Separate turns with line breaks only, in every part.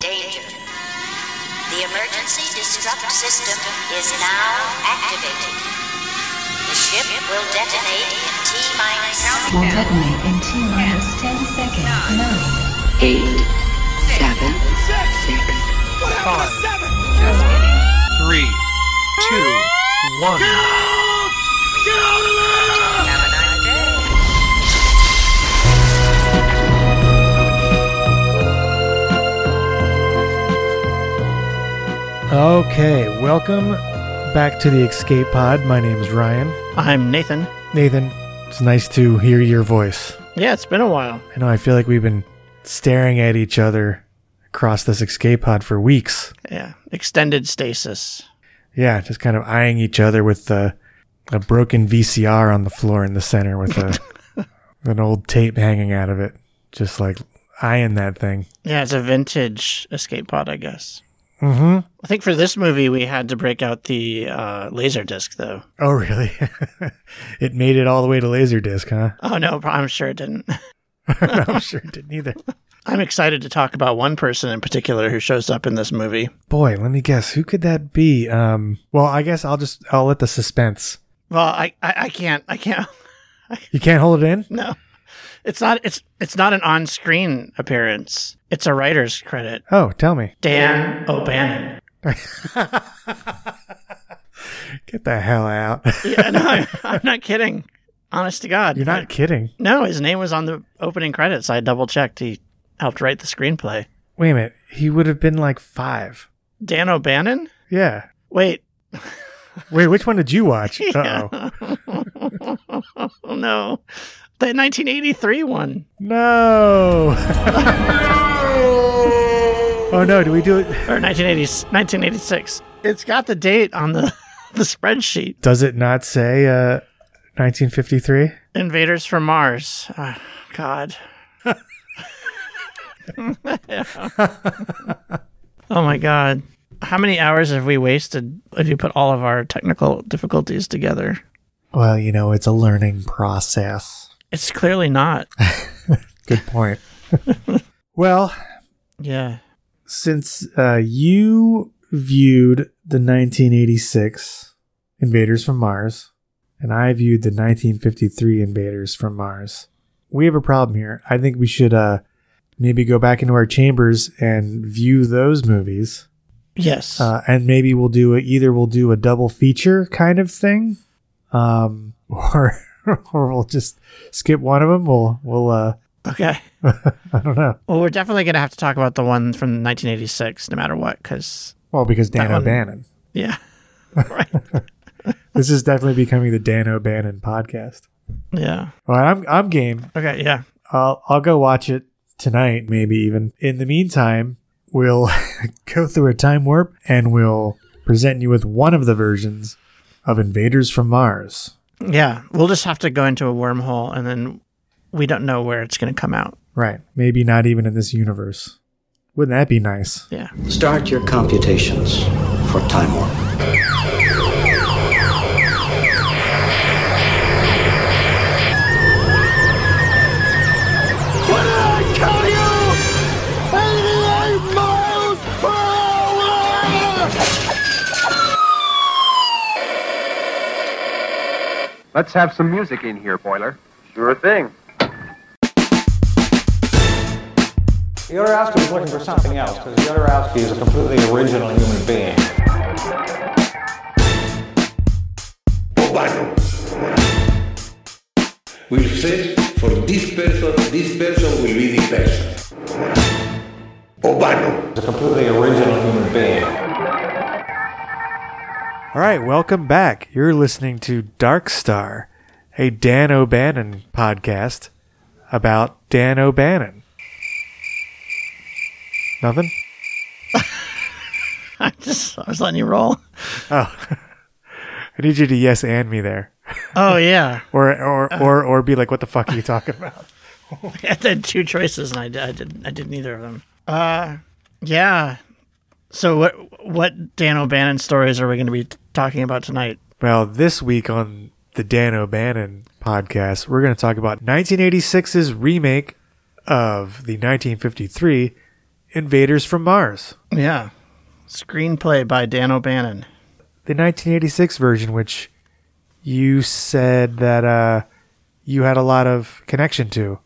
danger. The emergency destruct system is now activated. The ship will detonate in T minus.
Will detonate in T minus 10 seconds. 9,
eight, seven, six,
Five, three, two, one.
Okay, welcome back to the Escape Pod. My name is Ryan.
I'm Nathan.
Nathan, it's nice to hear your voice.
Yeah, it's been a while.
I know I feel like we've been staring at each other across this Escape Pod for weeks.
Yeah, extended stasis.
Yeah, just kind of eyeing each other with a, a broken VCR on the floor in the center with a an old tape hanging out of it. Just like eyeing that thing.
Yeah, it's a vintage escape pod, I guess.
Mm-hmm.
I think for this movie we had to break out the uh, laser disc, though.
Oh, really? it made it all the way to Laserdisc, huh?
Oh no, I'm sure it didn't.
I'm sure it didn't either.
I'm excited to talk about one person in particular who shows up in this movie.
Boy, let me guess. Who could that be? Um, well, I guess I'll just I'll let the suspense.
Well, I, I, I can't, I can't.
You can't hold it in.
No, it's not. It's it's not an on-screen appearance. It's a writer's credit.
Oh, tell me.
Dan O'Bannon.
Get the hell out.
Yeah, no, I'm, I'm not kidding. Honest to God,
You're not kidding.
No, his name was on the opening credits. I double checked. He helped write the screenplay.
Wait a minute. He would have been like five.
Dan O'Bannon?
Yeah.
Wait.
Wait, which one did you watch? Uh oh.
oh no. The 1983 one.
No. oh no, do we do it?
Or 1980, 1986. It's got the date on the, the spreadsheet.
Does it not say uh 1953?
Invaders from Mars. Ah, God. oh my God. How many hours have we wasted if you put all of our technical difficulties together?
Well, you know, it's a learning process.
It's clearly not.
Good point. well,
Yeah.
since uh, you viewed the 1986 Invaders from Mars, and I viewed the 1953 Invaders from Mars, we have a problem here. I think we should uh, maybe go back into our chambers and view those movies,
Yes.
uh, and maybe we'll do a, either we'll do a double feature kind of thing, um, or or we'll just skip one of them. We'll we'll uh,
okay.
I don't know.
Well, we're definitely going to have to talk about the one from 1986, no matter what, because,
Well, because Dan
one-
O'Bannon.
yeah. right.
This is definitely becoming the Dan O'Bannon podcast.
Yeah.
All right, I'm I'm game.
Okay. Yeah.
I'll I'll go watch it tonight, maybe even. In the meantime, we'll go through a time warp and we'll present you with one of the versions of Invaders from Mars.
Yeah. We'll just have to go into a wormhole and then we don't know where it's going to come out.
Right. Maybe not even in this universe. Wouldn't that be nice?
Yeah.
Start your computations for time warp.
Let's have some music in here, Boiler. Sure thing.
Yodorowski was looking for something else because Yodorowski is a completely original human being.
will search for this person, this person will be the person. Obano.
He's a completely original human being.
All right, welcome back. You're listening to Dark Star, a Dan O'Bannon podcast about Dan O'Bannon. Nothing?
I just, I was letting you roll.
I need you to yes and me there.
Oh, yeah.
Or or or or be like, what the fuck are you talking about?
I had two choices and I, did, I, did, I did neither of them. Uh, yeah. So what, what Dan O'Bannon stories are we going to be talking about tonight?
Well, this week on the Dan O'Bannon podcast, we're going to talk about 1986's remake of the 1953 Invaders from Mars,
Yeah. Screenplay by Dan O'Bannon.
the 1986 version, which you said that uh, you had a lot of connection to,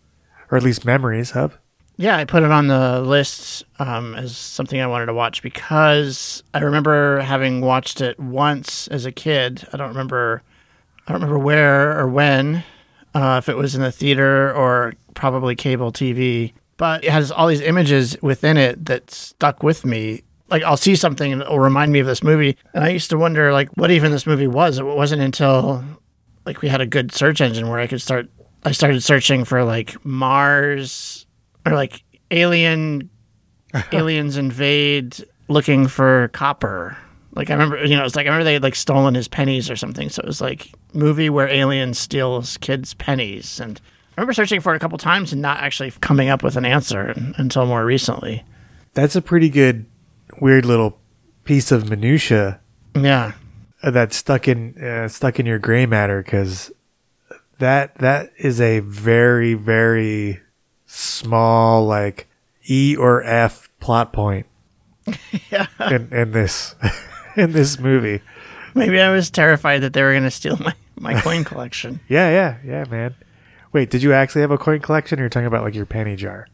or at least memories of.
Yeah, I put it on the list um, as something I wanted to watch because I remember having watched it once as a kid. I don't remember, I don't remember where or when, uh, if it was in the theater or probably cable TV. But it has all these images within it that stuck with me. Like I'll see something and it'll remind me of this movie, and I used to wonder like what even this movie was. It wasn't until like we had a good search engine where I could start. I started searching for like Mars or like alien aliens invade looking for copper. Like I remember, you know, it's like I remember they had like stolen his pennies or something. So it was like movie where aliens steals kids' pennies, and I remember searching for it a couple times and not actually coming up with an answer until more recently.
That's a pretty good, weird little piece of minutia
Yeah,
that stuck in uh, stuck in your gray matter because that that is a very very small like E or F plot point in in this in this movie.
maybe I was terrified that they were going to steal my my coin collection.
Yeah, yeah, yeah, man. Wait, did you actually have a coin collection? Or you're talking about like your penny jar.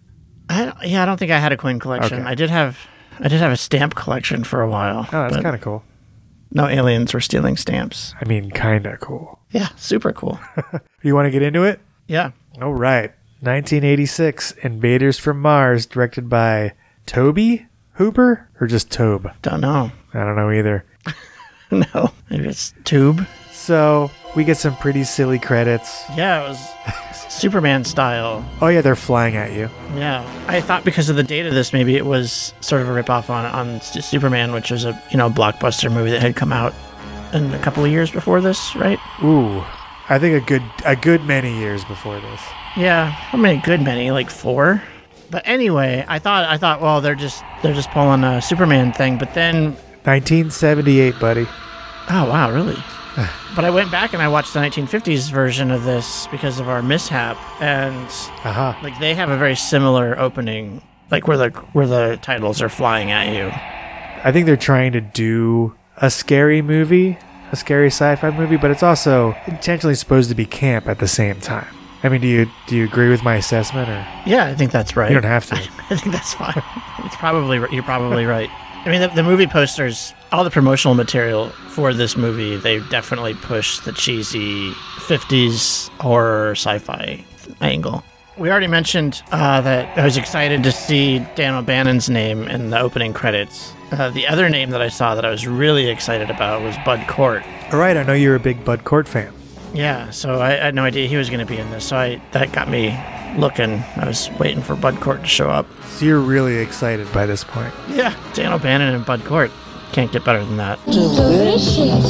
I don't- yeah, I don't think I had a coin collection.
Okay.
I did have I did have a stamp collection for a while.
Oh, that's
but
kind of cool.
no aliens were stealing stamps.
I mean, kind of cool.
Yeah, super cool.
You want to get into it?
Yeah.
All right. 1986 Invaders from Mars, directed by Toby Hooper or just Tobe?
Don't know.
I don't know either.
No. Maybe it's tube.
So we get some pretty silly credits.
Yeah, it was Superman style.
Oh yeah, they're flying at you.
Yeah. I thought because of the date of this, maybe it was sort of a ripoff on on S- Superman, which was a you know blockbuster movie that had come out in a couple of years before this, right?
Ooh, I think a good a good many years before this.
Yeah. How many? Good many, like four. But anyway, I thought I thought well they're just they're just pulling a Superman thing, but then
1978, buddy.
Oh wow, really? but I went back and I watched the 1950s version of this because of our mishap, and
Aha.
like they have a very similar opening, like where the where the titles are flying at you.
I think they're trying to do a scary movie, a scary sci-fi movie, but it's also intentionally supposed to be camp at the same time. I mean, do you do you agree with my assessment, or
Yeah, I think that's right.
you don't have to?
I think that's fine. it's probably r- you're probably right. I mean, the, the movie posters, all the promotional material for this movie, they definitely push the cheesy '50s horror sci-fi angle. We already mentioned uh, that I was excited to see Dan O'Bannon's name in the opening credits. Uh, the other name that I saw that I was really excited about was Bud Cort.
All right, I know you're a big Bud Cort fan.
Yeah, so I, I had no idea he was going to be in this. So I that got me looking. I was waiting for Bud Cort to show up.
So you're really excited by this point.
Yeah, Dan O'Bannon and Bud Cort. Can't get better than that.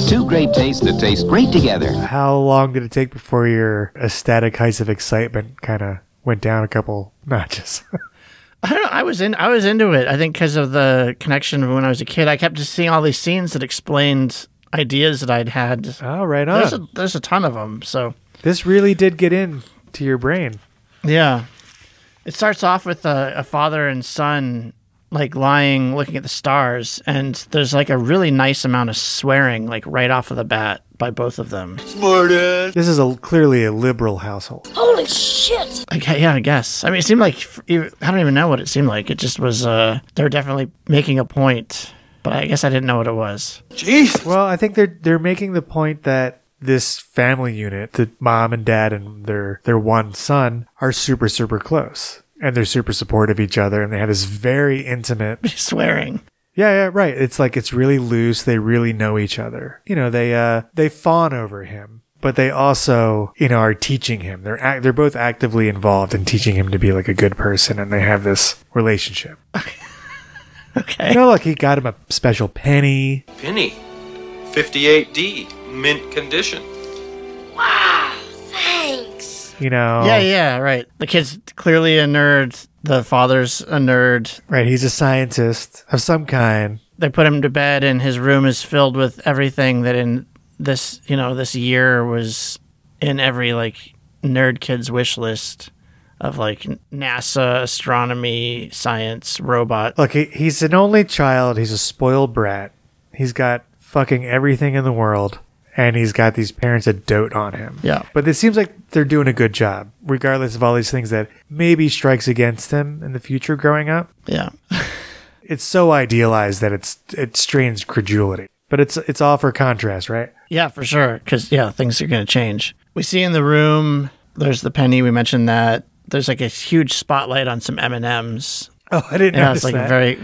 Two great tastes that taste great together.
How long did it take before your ecstatic heights of excitement kind of went down a couple notches?
I don't know. I was in. I was into it. I think because of the connection of when I was a kid, I kept just seeing all these scenes that explained ideas that I'd had.
oh, right on.
There's a, there's a ton of them. So
this really did get in to your brain.
yeah, it starts off with a, a father and son like lying, looking at the stars, and there's like a really nice amount of swearing like right off of the bat by both of them.
This is a clearly a liberal household.
Holy shit!
I gue- yeah, I guess. I mean, it seemed like f- even- I don't even know what it seemed like. It just was. Uh, they were definitely making a point, but I guess I didn't know what it was.
Well, I think they're they're making the point that this family unit, the mom and dad and their their one son, are super super close and they're super supportive of each other and they have this very intimate.
Swearing.
Yeah, yeah, right. It's like it's really loose. They really know each other. You know, they uh they fawn over him, but they also, you know, are teaching him. They're act- they're both actively involved in teaching him to be like a good person and they have this relationship.
Okay.
You know, look, he got him a special penny.
Penny. 58D, mint condition.
Thanks.
You know,
Yeah, yeah, right. The kid's clearly a nerd. The father's a nerd.
right? He's a scientist of some kind.
They put him to bed, and his room is filled with everything that in this, you know, this year was in every like nerd kid's wish list. of like NASA, astronomy, science, robot.
Look, he, he's an only child. He's a spoiled brat. He's got fucking everything in the world, and he's got these parents that dote on him.
Yeah.
But it seems like they're doing a good job, regardless of all these things that maybe strikes against him in the future growing up.
Yeah.
It's so idealized that it's it strains credulity. But it's it's all for contrast, right?
Yeah, for sure. Because, yeah, things are going to change. We see in the room, there's the penny. We mentioned that. There's like a huge spotlight on some M&Ms.
Oh, I didn't
Yeah,
notice
it's like
that.
very,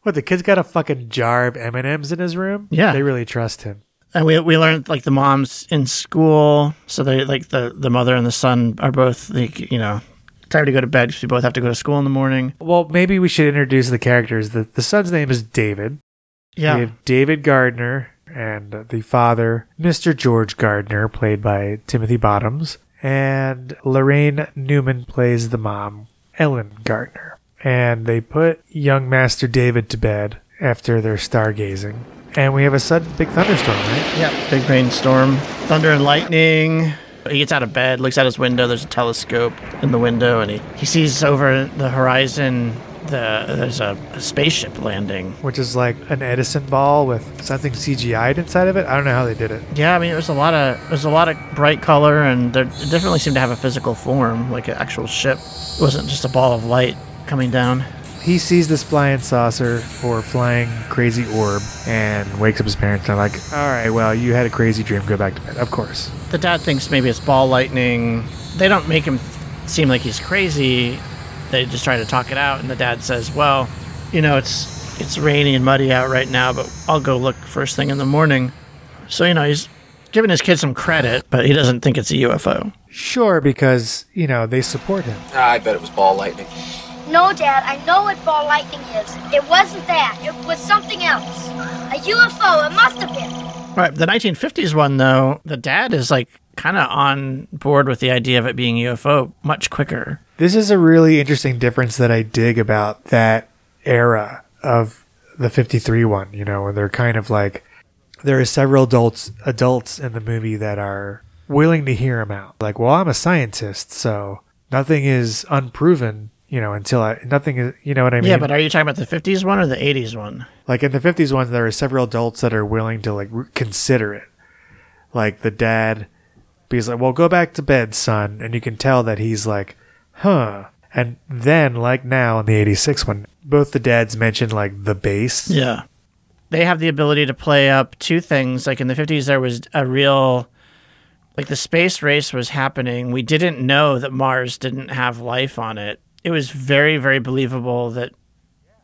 what the kid's got a fucking jar of M and M's in his room.
Yeah.
they really trust him.
and we we learned like the moms in school, so they like the the mother and the son are both like you know tired to go to bed because we both have to go to school in the morning.
Well, maybe we should introduce the characters. the The son's name is David.
Yeah,
We have David Gardner and uh, the father, Mr. George Gardner, played by Timothy Bottoms. And Lorraine Newman plays the mom, Ellen Gardner. And they put young Master David to bed after their stargazing. And we have a sudden big thunderstorm, right?
yeah. Big rainstorm, thunder and lightning. He gets out of bed, looks out his window. There's a telescope in the window, and he, he sees over the horizon. The there's a, a spaceship landing.
Which is like an Edison ball with something CGI'd inside of it. I don't know how they did it.
Yeah, I mean there's a lot of there's a lot of bright color, and there it definitely seemed to have a physical form, like an actual ship. It wasn't just a ball of light coming down.
He sees this flying saucer or flying crazy orb and wakes up his parents and they're like, all right, well, you had a crazy dream. Go back to bed. Of course.
the dad thinks maybe it's ball lightning. They don't make him seem like he's crazy. They just try to talk it out, and the dad says, "Well, you know, it's it's rainy and muddy out right now, but I'll go look first thing in the morning." So you know, he's giving his kid some credit, but he doesn't think it's a UFO.
Sure, because, you know, they support him.
Ah, I bet it was ball lightning.
No, Dad, I know what ball lightning is. It wasn't that. It was something else. A UFO, it must have been.
Right. The 1950s one, though, the dad is like kind of on board with the idea of it being UFO much quicker.
This is a really interesting difference that I dig about that era of the 53 one, you know, where they're kind of like, there are several adults, adults in the movie that are willing to hear him out. Like, well, I'm a scientist, so nothing is unproven, you know, until I, nothing is, you know what I mean?
yeah, but are you talking about the 50s one or the 80s one?
like in the 50s ones there are several adults that are willing to like re- consider it like the dad he's like well go back to bed son and you can tell that he's like huh and then like now in the 86 one both the dads mentioned like the bass
Yeah. They have the ability to play up two things. Like in the 50s, there was a real, like the space race was happening. We didn't know that Mars didn't have life on it. It was very, very believable that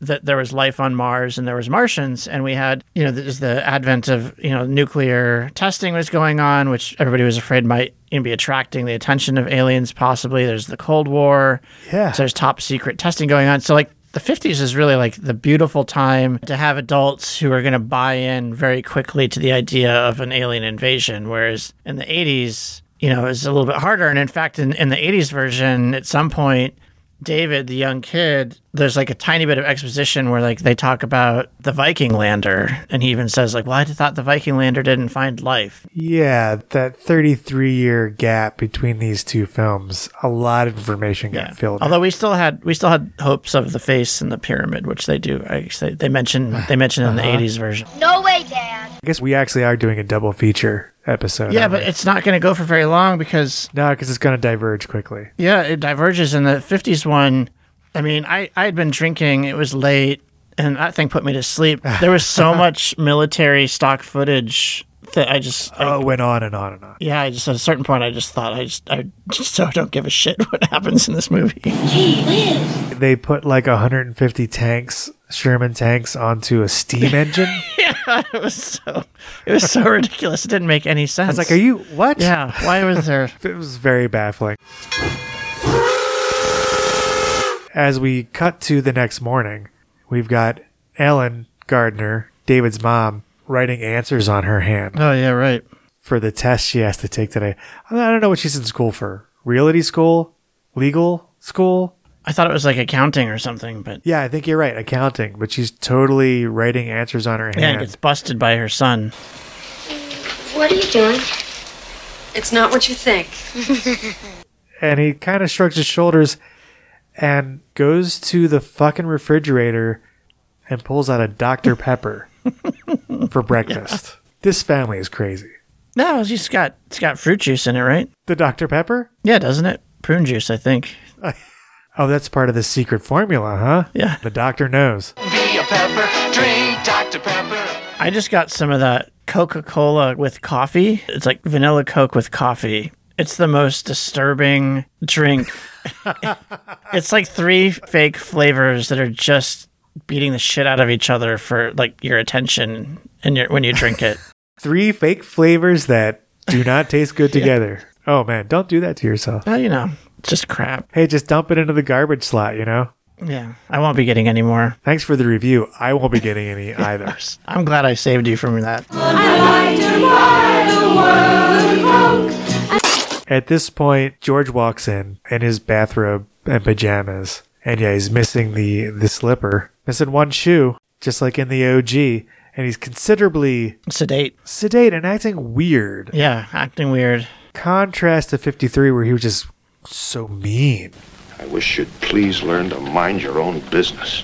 that there was life on Mars and there was Martians and we had you know there's the advent of you know nuclear testing was going on which everybody was afraid might you know, be attracting the attention of aliens possibly there's the Cold War
Yeah.
so there's top secret testing going on so like the 50s is really like the beautiful time to have adults who are going to buy in very quickly to the idea of an alien invasion whereas in the 80s you know it's a little bit harder and in fact in, in the 80s version at some point David, the young kid, there's like a tiny bit of exposition where like they talk about the Viking lander, and he even says like, "Well, I thought the Viking lander didn't find life."
yeah that 33 year gap between these two films a lot of information got filled
Although we still had we still had hopes of the face and the pyramid, which they do. I guess they, they mention they mention in the
Uh-huh.
'80s version.
No way, Dad.
i guess we actually are doing a double feature episode
Yeah,
aren't
but
we?
it's not going to go for very long because
no because it's going to diverge quickly
Yeah, it diverges in the 50s one. I mean, I, I had been drinking, it was late, and that thing put me to sleep. There was so much military stock footage that I just, I-
oh it went on and on and on
yeah, I just, at a certain point, I just thought, I just, I just so don't give a shit what happens in this movie.
they put like 150 tanks, Sherman tanks, onto a steam engine.
it was so, it was so ridiculous. It didn't make any sense.
It's like, are you what?
Yeah, why was there?
it was very baffling. As we cut to the next morning, we've got Ellen Gardner, David's mom, writing answers on her hand
Oh, yeah, right.
for the test she has to take today. I don't know what she's in school for. Reality school, legal school.
I thought it was like accounting or something, but
Yeah, I think you're right. Accounting, but she's totally writing answers on her hand.
yeah, it gets busted by her son.
What are you doing?
It's not what you think.
and he kind of shrugs his shoulders and goes to the fucking refrigerator and pulls out a Dr. Pepper for breakfast. This family is crazy.
No, it's just got it's got fruit juice in it, right?
The Dr. Pepper?
Yeah, doesn't it? Prune juice, I think.
Oh, that's part of the secret formula, huh?
Yeah.
The doctor knows.
I just got some of that Coca Cola with coffee. It's like vanilla Coke with coffee. It's the most disturbing drink. it's like three fake flavors that are just beating the shit out of each other for like your attention and your, when you drink it.
Three fake flavors that do not taste good together. Oh man, don't do that to yourself.
Well, you know, it's just crap.
Hey, just dump it into the garbage slot, you know?
Yeah, I won't be getting any more.
Thanks for the review. I won't be getting any either.
I'm glad I saved you from that.
At this point, George walks in in his bathrobe and pajamas, and yeah, he's missing the the slipper, missing one shoe, just like in the OG, and he's considerably
Sedate.
sedate and acting weird.
Yeah, acting weird.
Contrast to 53, where he was just so mean.
I wish you'd please learn to mind your own business.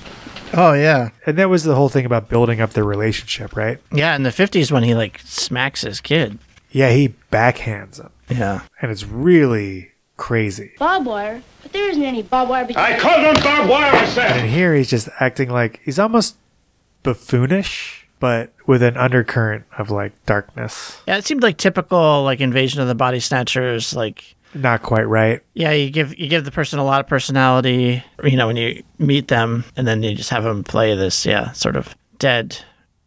Oh yeah.
And that was the whole thing about building up their relationship, right?
Yeah, in the 50s when he like smacks his kid.
Yeah, he backhands him,
Yeah.
and it's really crazy.
Barbed wire? But there isn't any barbed wire between.
I called on barbed wire, I said!
And here he's just acting like he's almost buffoonish, but with an undercurrent of like darkness.
Yeah, it seemed like typical like invasion of the body snatchers like
Not quite right.
yeah, you give you give the person a lot of personality, you know, when you meet them and then you just have them play this yeah, sort of dead,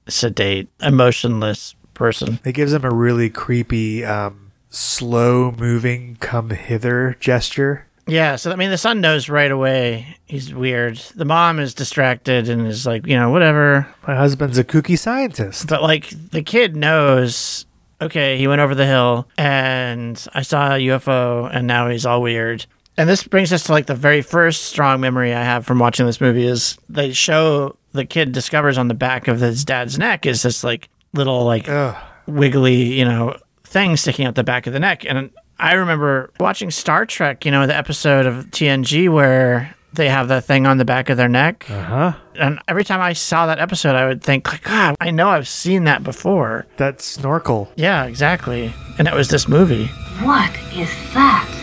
sedate, emotionless person.
It gives him a really creepy, um, slow moving come hither gesture.
Yeah, so I mean, the son knows right away he's weird. The mom is distracted and is like, you know, whatever.
My husband's a kooky scientist.
But like, the kid knows. Okay, he went over the hill, and I saw a UFO, and now he's all weird. And this brings us to like the very first strong memory I have from watching this movie is they show the kid discovers on the back of his dad's neck is this like little like
Ugh.
wiggly, you know, thing sticking out the back of the neck. And I remember watching Star Trek, you know, the episode of TNG where they have that thing on the back of their neck.
Huh?
And every time I saw that episode, I would think, like, God, I know I've seen that before.
That snorkel.
Yeah, exactly. And it was this movie.
What is that?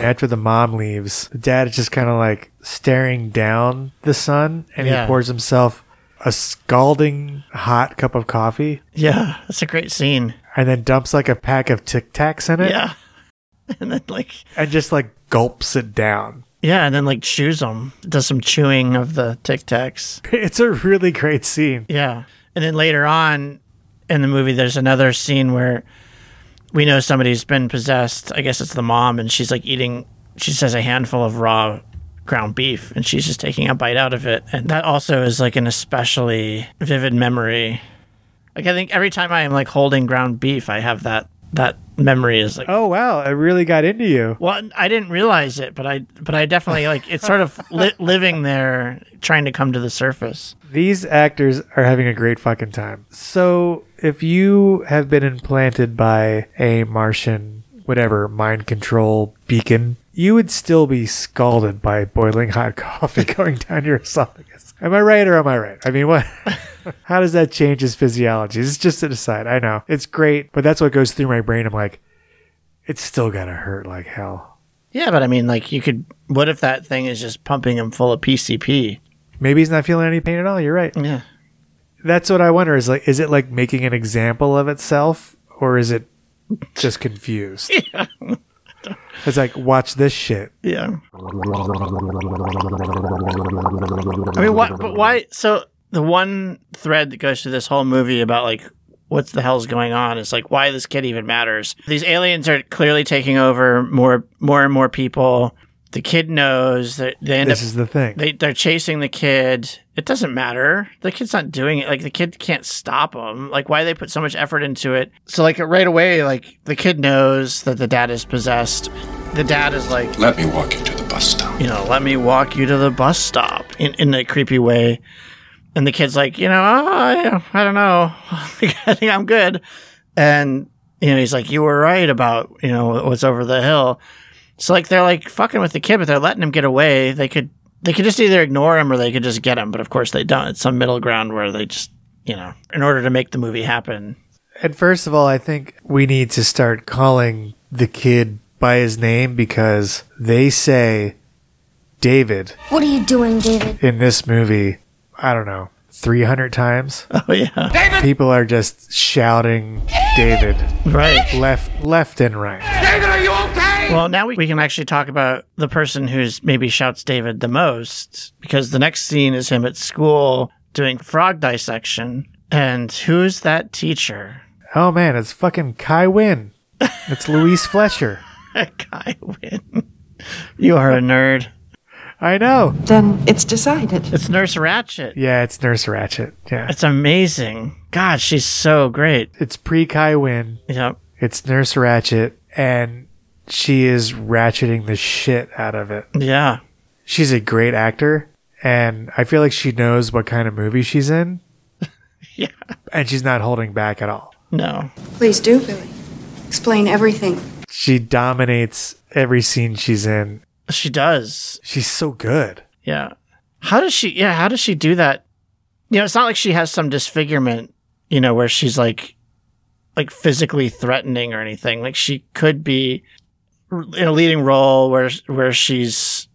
After the mom leaves, the dad is just kind of like staring down the sun and
Yeah.
he pours himself a scalding hot cup of coffee
Yeah, that's a great scene.
and then dumps like a pack of Tic Tacs in it
Yeah. And then, like,
and just like gulps it down.
yeah, and then, like, chews them, does some chewing of the Tic Tacs.
It's a really great scene.
Yeah. And then later on in the movie, there's another scene where we know somebody's been possessed. I guess it's the mom, and she's like eating, she says a handful of raw ground beef, and she's just taking a bite out of it. And that also is like an especially vivid memory. Like, I think every time I am like holding ground beef, I have that, that memory is like,
Oh wow, it really got into you.
well, I didn't realize it, but I, but I definitely like it's sort of li- living there, trying to come to the surface.
These actors are having a great fucking time. So, if you have been implanted by a Martian, whatever, mind control beacon, you would still be scalded by boiling hot coffee going down your esophagus. Am I right or am I right? I mean, what? How does that change his physiology? It's just an aside. I know. It's great, but that's what goes through my brain. I'm like, it's still gonna hurt like hell.
Yeah, but I mean, like, you could. What if that thing is just pumping him full of PCP?
Maybe he's not feeling any pain at all. You're right.
Yeah.
that's what I wonder is like is it like making an example of itself or is it just confused? It's like watch this shit.
Yeah. I mean, what? But why? So the one thread that goes through this whole movie about like what the hell's going on is like why this kid even matters. These aliens are clearly taking over more, more and more people. The kid knows that they end
This
up.
is the thing.
They, they're chasing the kid. It doesn't matter. The kid's not doing it. Like the kid can't stop him. Like why they put so much effort into it. So like right away, like the kid knows that the dad is possessed. The dad is like,
Let me walk you to the bus stop.
you know, let me walk you to the bus stop in, in a creepy way. And the kid's like, you know, I, I don't know. I think I'm good. And, you know, he's like, you were right about, you know, what's over the hill. So like they're like fucking with the kid, but they're letting him get away. They could they could just either ignore him or they could just get him, but of course they don't. It's some middle ground where they just you know, in order to make the movie happen.
And first of all, I think we need to start calling the kid by his name because they say David
What are you doing, David?
in this movie, I don't know, 300 times.
Oh yeah.
People are just shouting David
Right.
left left and right.
Well, now we, we can actually talk about the person who's maybe shouts David the most because the next scene is him at school doing frog dissection. And who's that teacher?
Oh man, it's fucking Kai Wynn. It's Luis Fletcher.
Guy Wynn. You are a nerd.
I know.
Then it's decided.
It's Nurse Ratchet.
Yeah, it's Nurse Ratchet. Yeah.
It's amazing. God, she's so great.
It's pre Kai Wynn.
Yep.
It's Nurse Ratchet and she is ratcheting the shit out of it.
Yeah.
She's a great actor and I feel like she knows what kind of movie she's in.
Yeah.
And she's not holding back at all.
No.
Please do, Billy. Explain everything.
She dominates every scene she's in.
She does.
She's so good.
Yeah. How does she yeah, how does she do that? You know, it's not like she has some disfigurement, you know, where she's like like physically threatening or anything. Like she could be in a leading role where where she's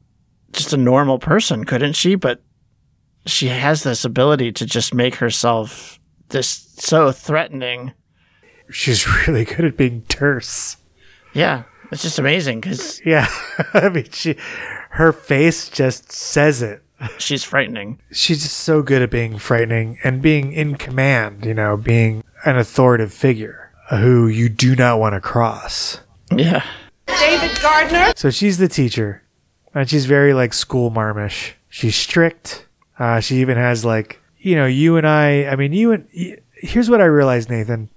just a normal person, couldn't she? But she has this ability to just make herself this so threatening.
She's really good at being terse.
Yeah. It's just amazing cuz
Yeah. I mean, she, her face just says it.
she's frightening.
She's just so good at being frightening and being in command, you know, being an authoritative figure who you do not want to cross.
Yeah.
David Gardner?
So she's the teacher and she's very like school marmish. She's strict. Uh, she even has like, you know, you and I, I mean, you and y- here's what I realized, Nathan.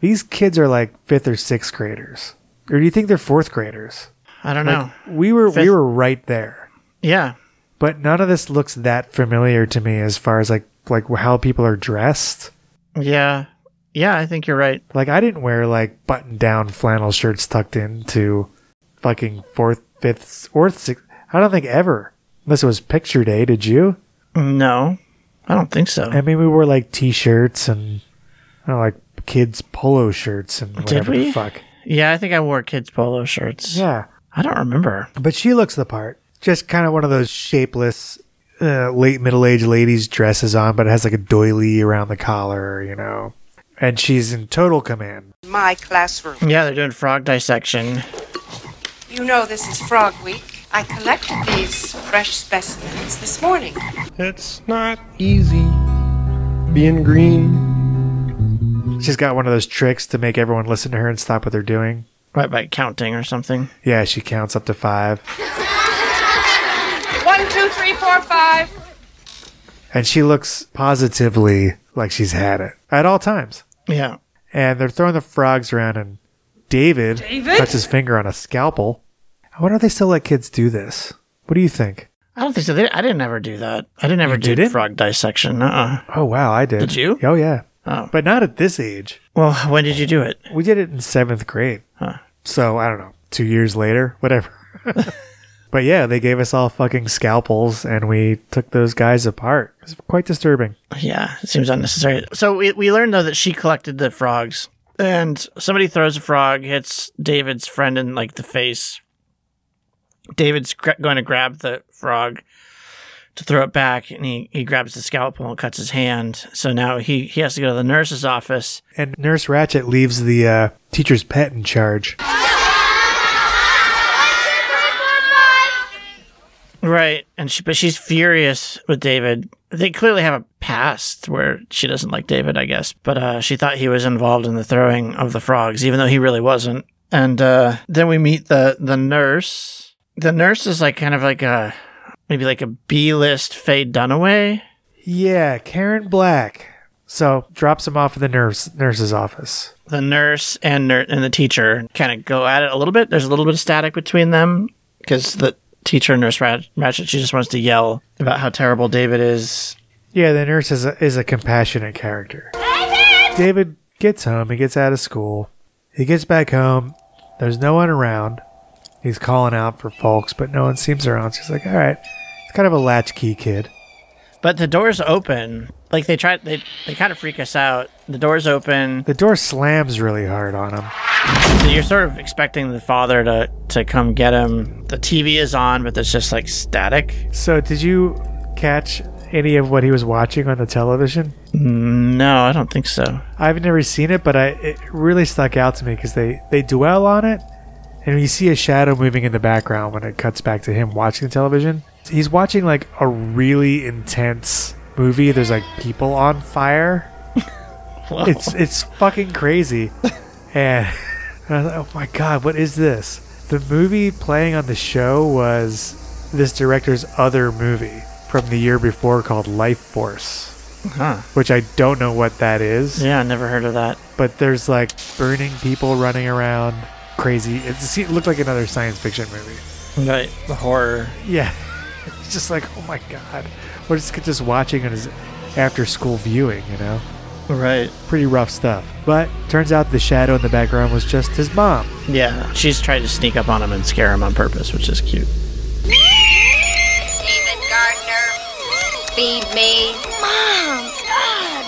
These kids are like fifth or sixth graders. Or do you think they're fourth graders?
I don't know.
We were
Fifth-
we were right there.
yeah.
but none of this looks that familiar to me as far as like like how people are dressed.
Yeah. Yeah, I think you're right.
Like I didn't wear like button down flannel shirts tucked into fucking fourth, fifth, or sixth. I don't think ever. Unless it was picture day, did you?
No, I don't think so.
I mean, we wore like t-shirts and I don't know, like kids polo shirts and whatever
we?
the fuck.
Yeah, I think I wore kids' polo shirts.
Yeah,
I don't remember.
but she looks the part. Just kind of one of those shapeless uh, late middle aged ladies dresses on, but it has like a doily around the collar, you know. And she's in total command.
My classroom.
Yeah, they're doing frog dissection.
You know this is Frog Week. I collected these fresh specimens this morning.
It's not easy being green.
She's got one of those tricks to make everyone listen to her and stop what they're doing.
Right by counting or something.
Yeah, she counts up to five.
One, two, three, four, five.
And she looks positively like she's had it at all times.
Yeah.
And they're throwing the frogs around, and David,
David?
cuts his finger on a scalpel. I wonder if they still let kids do this. What do you think?
I don't think so. They, I didn't ever do that. I didn't ever do
didn't?
frog dissection. Uh
Oh, wow, I did.
Did you?
Oh, yeah.
Oh.
But not at this age.
Well, when did you do it?
We did it in seventh grade.
Huh.
So I don't know, two years later, whatever. but yeah, they gave us all fucking scalpels and we took those guys apart. It's quite disturbing.
Yeah, it seems unnecessary. So we, we learned, though, that she collected the frogs. And somebody throws a frog, hits David's friend in like the face. David's gra- going to grab the frog to throw it back, and he, he grabs the scalpel and cuts his hand. So now he, he has to go to the nurse's office.
And Nurse Ratchet leaves the uh, teacher's pet in charge.
Right, and she but she's furious with David. They clearly have a past where she doesn't like David, I guess. But uh, she thought he was involved in the throwing of the frogs, even though he really wasn't. And uh, then we meet the the nurse. The nurse is like kind of like a maybe like a B list Faye Dunaway.
Yeah, Karen Black. So drops him off at the nurse nurse's office.
The nurse and ner- and the teacher kind of go at it a little bit. There's a little bit of static between them because the teacher and Nurse Rat- Ratchet she just wants to yell about how terrible David is
Yeah, the nurse is a, is a compassionate character. David gets home. He gets out of school. He gets back home. There's no one around. He's calling out for folks, but no one seems around. She's like, all right, it's kind of a latchkey kid.
But the door's open. Like they try, they they kind of freak us out. The door's open.
The door slams really hard on him.
So you're sort of expecting the father to to come get him. The TV is on, but there's just like static.
So, did you catch any of what he was watching on the television?
No, I don't think so.
I've never seen it, but I it really stuck out to me because they they dwell on it, and you see a shadow moving in the background when it cuts back to him watching the television. He's watching like a really intense movie. There's like people on fire.
Whoa.
It's it's fucking crazy, and I was like, oh my god, what is this? The movie playing on the show was this director's other movie from the year before called Life Force
Huh.
which I don't know what that is,
Yeah, I never heard of that.
but there's like burning people running around, crazy. It's, it looked like another science fiction movie.
Right. The horror.
Yeah, it's just like oh my god, we're just just watching it as after school viewing, you know,
Right.
pretty rough stuff. But turns out the shadow in the background was just his mom.
Yeah. She's tried to sneak up on him and scare him on purpose, which is cute.
David Gardner, feed me. Mom, God,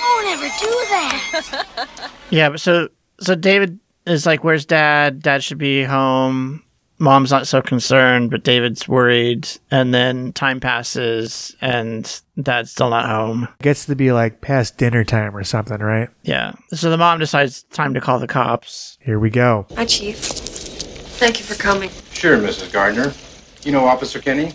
won't ever do that.
Yeah, but so so David is like, "Where's Dad? Dad should be home." Mom's not so concerned, but David's worried. And then time passes, and Dad's still not home.
Gets to be like past dinner time or something, right?
Yeah. So the mom decides time to call the cops.
Here we go.
Hi, Chief. Thank you for coming.
Sure, Mrs. Gardner. You know Officer Kenny?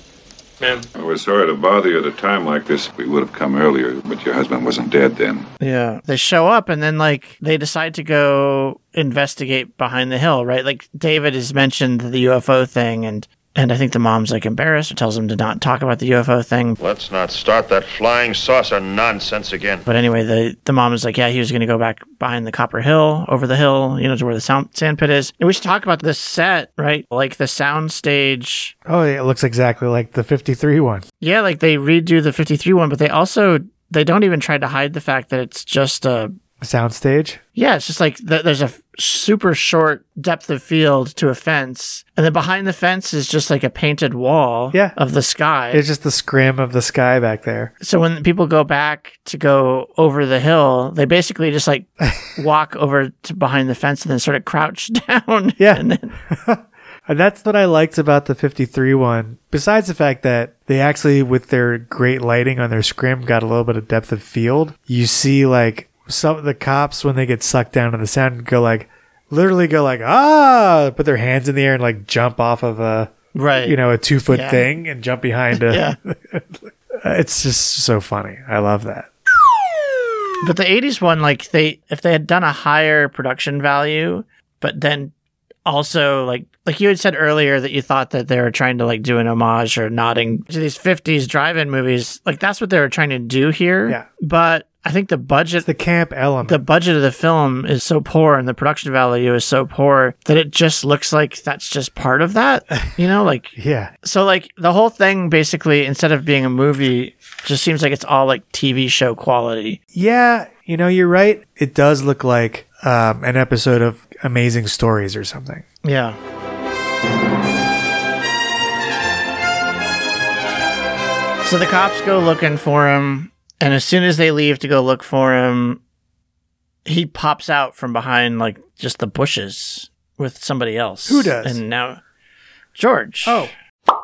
We're sorry to bother you at a time like this. We would have come earlier, but your husband wasn't dead then.
Yeah. They show up, and then like they decide to go investigate behind the hill, right? Like David has mentioned the UFO thing, and and I think the mom's like embarrassed or tells him to not talk about the UFO thing.
Let's not start that flying saucer nonsense again.
But anyway, the, the mom is like, yeah, he was going to go back behind the Copper Hill, over the hill, you know, to where the sound, sand pit is. And we should talk about this set, right? Like the sound stage.
Oh, yeah, it looks exactly like the '53 one.
Yeah, like they redo the 53 one, but they also, they don't even try to hide the fact that it's just a,
Soundstage.
yeah, it's just like th- there's a f- super short depth of field to a fence. And then behind the fence is just like a painted wall
Yeah.
of the sky.
It's just the scrim of the sky back there.
So when people go back to go over the hill, they basically just like walk over to behind the fence and then sort of crouch down.
Yeah.
And then,
And that's what I liked about the 53 one. Besides the fact that they actually, with their great lighting on their scrim, got a little bit of depth of field. You see, like, some of the cops, when they get sucked down to the sound, go like, literally go like, ah, put their hands in the air and like jump off of a,
right.
you know, a two foot
Yeah.
thing and jump behind a.
Yeah.
It's just so funny. I love that.
But the 80s one, like they, if they had done a higher production value, but then also like, like you had said earlier that you thought that they were trying to like do an homage or nodding to these 50s drive in movies. Like that's what they were trying to do here.
Yeah.
But I think the budget,
The camp element.
the budget of the film is so poor and the production value is so poor that it just looks like that's just part of that you know like
yeah.
so like the whole thing basically instead of being a movie just seems like it's all like tv show quality
Yeah, you know, you're right. It does look like um, an episode of Amazing Stories or something.
yeah so the cops go looking for him and as soon as they leave to go look for him he pops out from behind like just the bushes with somebody else
Who does? Oh.
and now george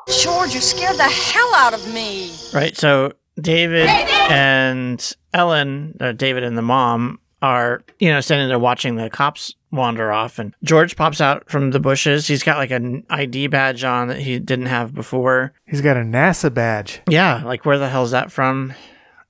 George, you scared the hell out of me.
Right. So David and Ellen, uh, David and the mom are, you know, standing there watching the cops wander off. And George pops out from the bushes. He's got like an ID badge on that he didn't have before.
He's got a NASA badge.
Yeah. Like, where the hell's that from?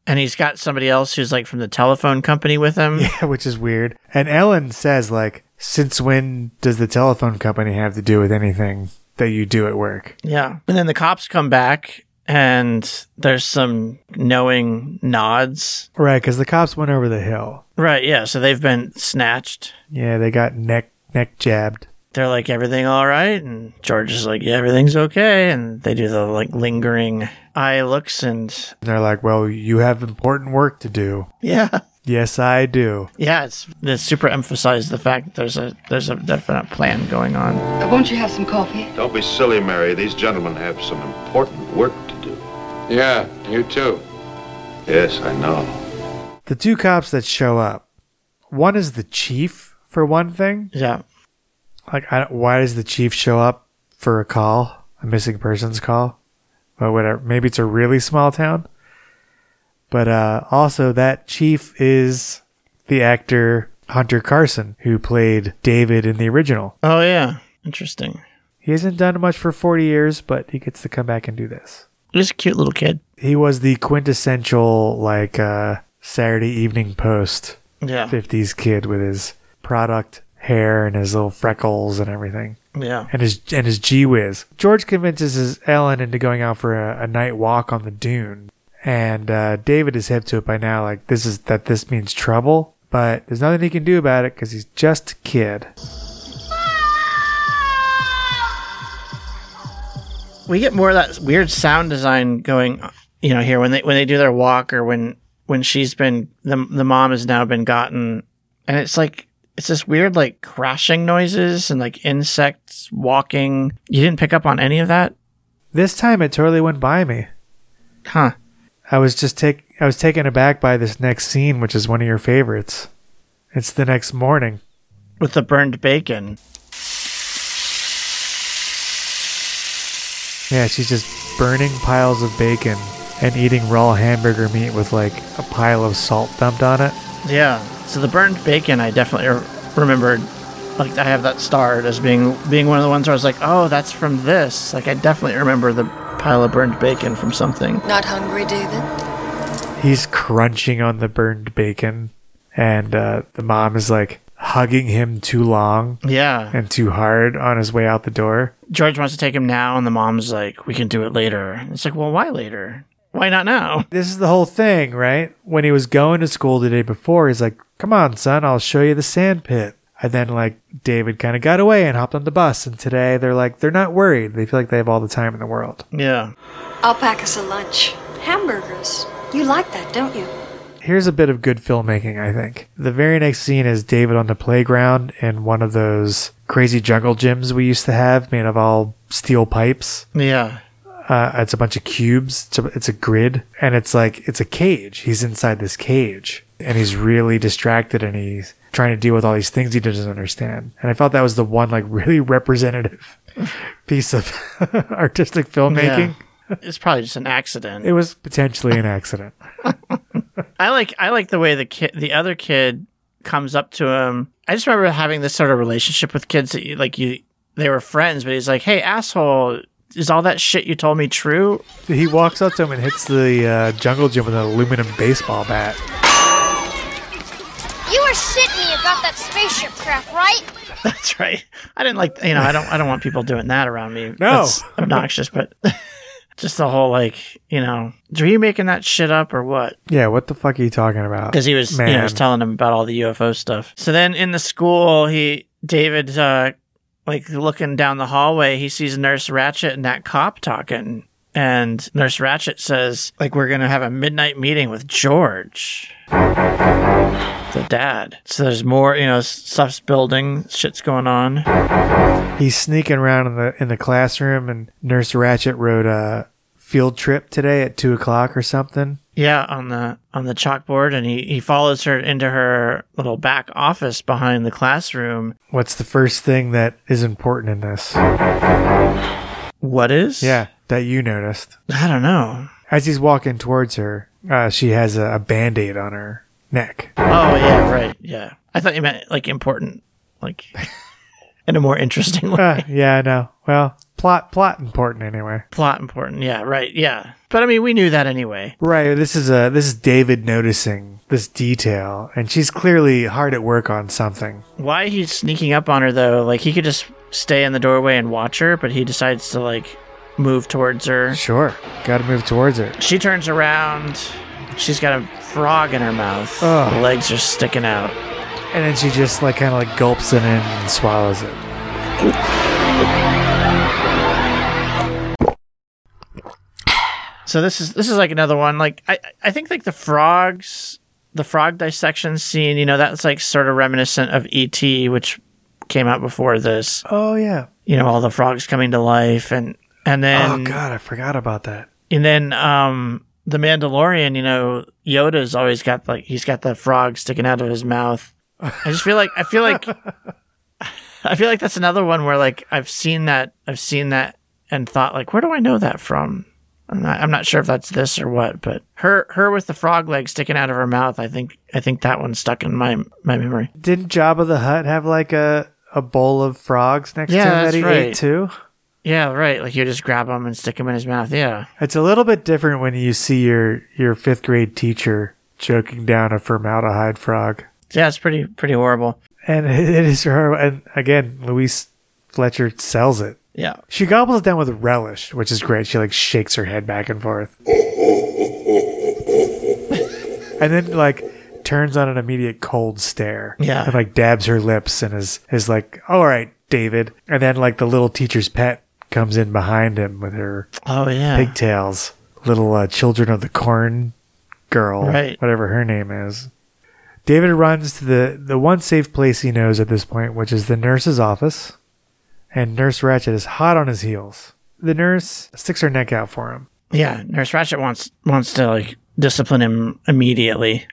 And he's got somebody else who's like from the telephone company with him.
Yeah, which is weird. And Ellen says, like, since when does the telephone company have to do with anything that you do at work?
Yeah. And then the cops come back and there's some knowing nods.
Right, because the cops went over the hill.
Right. Yeah. So they've been snatched.
Yeah, they got neck neck jabbed.
they're like everything all right and george is like yeah everything's okay and they do the like lingering eye looks and
And they're like, well, you have important work to do.
yeah
Yes, I do.
Yeah, it's they super emphasize the fact that there's a there's a definite plan going on.
Uh, Won't you have some coffee?
Don't be silly, Mary. These gentlemen have some important work to do.
Yeah, you too.
Yes, I know.
The two cops that show up, one is the chief for one thing.
Yeah.
Like, I don't, why does the chief show up for a call, a missing persons call, or whatever? Maybe it's a really small town. But uh, also, that chief is the actor Hunter Carson, who played David in the original.
Oh yeah, interesting.
He hasn't done much for 40 years, but he gets to come back and do this.
He's a cute little kid.
He was the quintessential, like, uh, Saturday Evening Post
Yeah.
50s kid with his product hair and his little freckles and everything.
Yeah.
And his and his gee whiz. George convinces his Ellen into going out for a, a night walk on the dune, and uh, David is hip to it by now. Like this is that this means trouble, but there's nothing he can do about it because he's just a kid.
we get more of that weird sound design going you know here when they when they do their walk or when when she's been the the mom has now been gotten and it's like it's this weird like crashing noises and like insects walking you didn't pick up on any of that
This time it totally went by me.
Huh.
I was just take I was taken aback by this next scene, which is one of your favorites. It's the next morning.
with the burned bacon
Yeah, she's just burning piles of bacon and eating raw hamburger meat with like a pile of salt dumped on it.
yeah so the burned bacon i definitely re- remembered like i have that starred as being being one of the ones where i was like oh that's from this like i definitely remember the pile of burned bacon from something
Not hungry, David?
He's crunching on the burned bacon, and uh, the mom is like hugging him too long
yeah
and too hard on his way out the door.
George wants to take him now, and the mom's like, "We can do it later." It's like, "Well, why later? Why not now?"
This is the whole thing, right? When he was going to school the day before, he's like, Come on, son, I'll show you the sand pit. And then, like, David kind of got away and hopped on the bus. And today they're like, they're not worried. They feel like they have all the time in the world.
Yeah.
I'll pack us a lunch. Hamburgers. You like that, don't you?
here's a bit of good filmmaking, I think. The very next scene is David on the playground in one of those crazy jungle gyms we used to have, made of all steel pipes.
Yeah.
Uh, it's a bunch of cubes. It's a, it's a grid, and it's like it's a cage. He's inside this cage, and he's really distracted, and he's trying to deal with all these things he doesn't understand. And I felt that was the one like really representative piece of artistic filmmaking.
Yeah. It's probably just an accident.
It was potentially an accident.
I like I like the way the kid, the other kid, comes up to him. I just remember having this sort of relationship with kids that you, like you they were friends, but he's like, "Hey, asshole, is all that shit you told me true?"
He walks up to him and hits the uh, jungle gym with an aluminum baseball bat.
You were shitting me about that spaceship crap, right?
That's right. I didn't like you know I don't I don't want people doing that around me.
No.
That's obnoxious, but. Just the whole like, you know, are you making that shit up or what?
Yeah, what the fuck are you talking about?
because he was you know, he was telling him about all the UFO stuff. So then in the school, he David uh, like looking down the hallway, he sees Nurse Ratchet and that cop talking, and Nurse Ratchet says like we're gonna have a midnight meeting with George. The dad. So there's more, you know, stuff's building, shit's going on.
He's sneaking around in the in the classroom, and Nurse Ratchet wrote a field trip today at two o'clock or something.
Yeah, on the on the chalkboard, and he he follows her into her little back office behind the classroom.
What's the first thing that is important in this?
What is?
Yeah, that you noticed
I don't know.
as he's walking towards her. Uh, she has a, a band aid on her neck.
Oh yeah, right. Yeah, I thought you meant like important, like in a more interesting way.
Uh, yeah, I know. Well, plot plot important anyway.
Plot important. Yeah, right. Yeah, but I mean, we knew that anyway.
Right. This is a this is David noticing this detail, and she's clearly hard at work on something.
Why he's sneaking up on her though? Like he could just stay in the doorway and watch her, but he decides to like move towards her.
Sure, got to move towards her.
She turns around. She's got a frog in her mouth.
Ugh.
The legs are sticking out.
And then she just like kind of like gulps it in and swallows it.
So this is this is like another one. Like I I think like the frogs the frog dissection scene, you know, that's like sort of reminiscent of E.T., which came out before this.
Oh yeah.
You know, all the frogs coming to life and and then
Oh god, I forgot about that.
And then um the Mandalorian, you know, Yoda's always got like he's got the frog sticking out of his mouth. I just feel like I feel like I feel like that's another one where like I've seen that I've seen that and thought like where do I know that from? I'm not, I'm not sure if that's this or what, but her her with the frog leg sticking out of her mouth, I think I think that one stuck in my my memory.
Didn't Jabba the Hutt have like a a bowl of frogs next
Yeah,
to him that
that's
he
right.
ate too?
Yeah, right. Like you just grab him and stick him in his mouth. Yeah.
It's a little bit different when you see your your fifth grade teacher choking down a formaldehyde frog,
Yeah, it's pretty pretty horrible.
and it it is her. And again, Louise Fletcher sells it.
Yeah.
She gobbles it down with relish, which is great. She like shakes her head back and forth, and then like turns on an immediate cold stare.
Yeah.
and like dabs her lips and is is like, "All right, David." And then like the little teacher's pet comes in behind him with her
Oh yeah.
pigtails, little uh, children of the corn girl,
Right.
whatever her name is. David runs to the, the one safe place he knows at this point, which is the nurse's office, and Nurse Ratchet is hot on his heels. The nurse sticks her neck out for him.
Yeah, Nurse Ratchet wants wants to like discipline him immediately.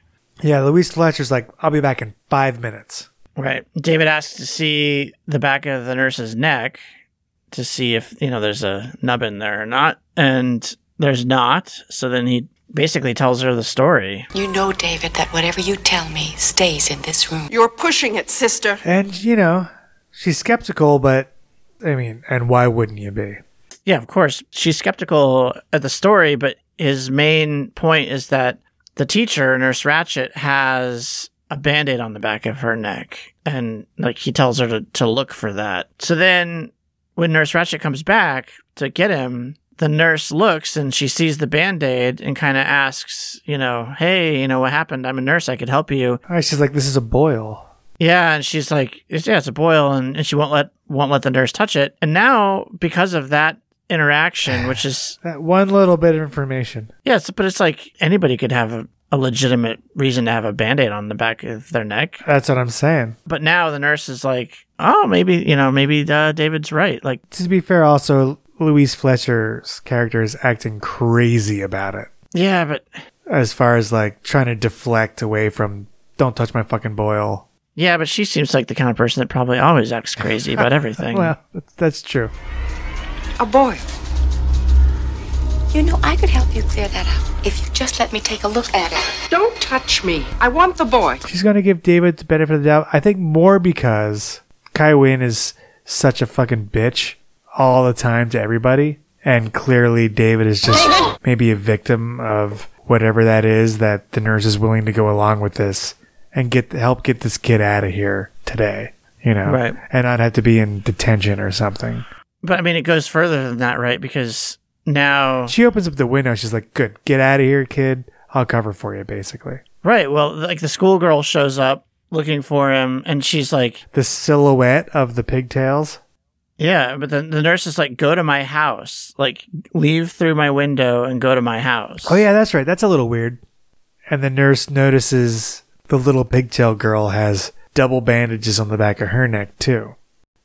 Yeah, Louise Fletcher's like, I'll be back in five minutes.
Right. David asks to see the back of the nurse's neck to see if, you know, there's a nub in there or not. And there's not. So then he basically tells her the story.
You know, David, that whatever you tell me stays in this room.
You're pushing it, sister.
And, you know, she's skeptical, but I mean, and why wouldn't you be?
Yeah, of course. She's skeptical at the story, but his main point is that the teacher, Nurse Ratchet, has a band aid on the back of her neck. And like he tells her to, to look for that. So then when Nurse Ratchet comes back to get him, the nurse looks and she sees the band aid and kind of asks, you know, hey, you know, what happened? I'm a nurse. I could help you.
All right, she's like, this is a boil.
Yeah, and she's like, it's, yeah, it's a boil, and, and she won't let won't let the nurse touch it. And now, because of that interaction, which is
That one little bit of information.
yeah, it's, but it's like anybody could have a, a legitimate reason to have a band-aid on the back of their neck.
That's what I'm saying.
But now the nurse is like, oh, maybe you know, maybe uh, David's right. Like,
To be fair, also, Louise Fletcher's character is acting crazy about it.
yeah, but
As far as like trying to deflect away from, don't touch my fucking boil.
yeah, but she seems like the kind of person that probably always acts crazy about everything.
Well, that's- that's true.
A boy.
You know, I could help you clear that up if you just let me take a look at it.
Don't touch me. I want the boy.
She's going to give David the benefit of the doubt. I think more because Kai Wynn is such a fucking bitch all the time to everybody. And clearly, David is just maybe a victim of whatever that is that the nurse is willing to go along with this and get help get this kid out of here today, you know,
Right.
and not have to be in detention or something.
But I mean, it goes further than that, right? Because now
She opens up the window. She's like, "Good, get out of here, kid. I'll cover for you." Basically,
Right. Well, like the schoolgirl shows up looking for him, and she's like,
the silhouette of the pigtails.
"Yeah," but then the nurse is like, "Go to my house. Like, leave through my window and go to my house."
Oh yeah, that's right. That's a little weird. And the nurse notices the little pigtail girl has double bandages on the back of her neck too.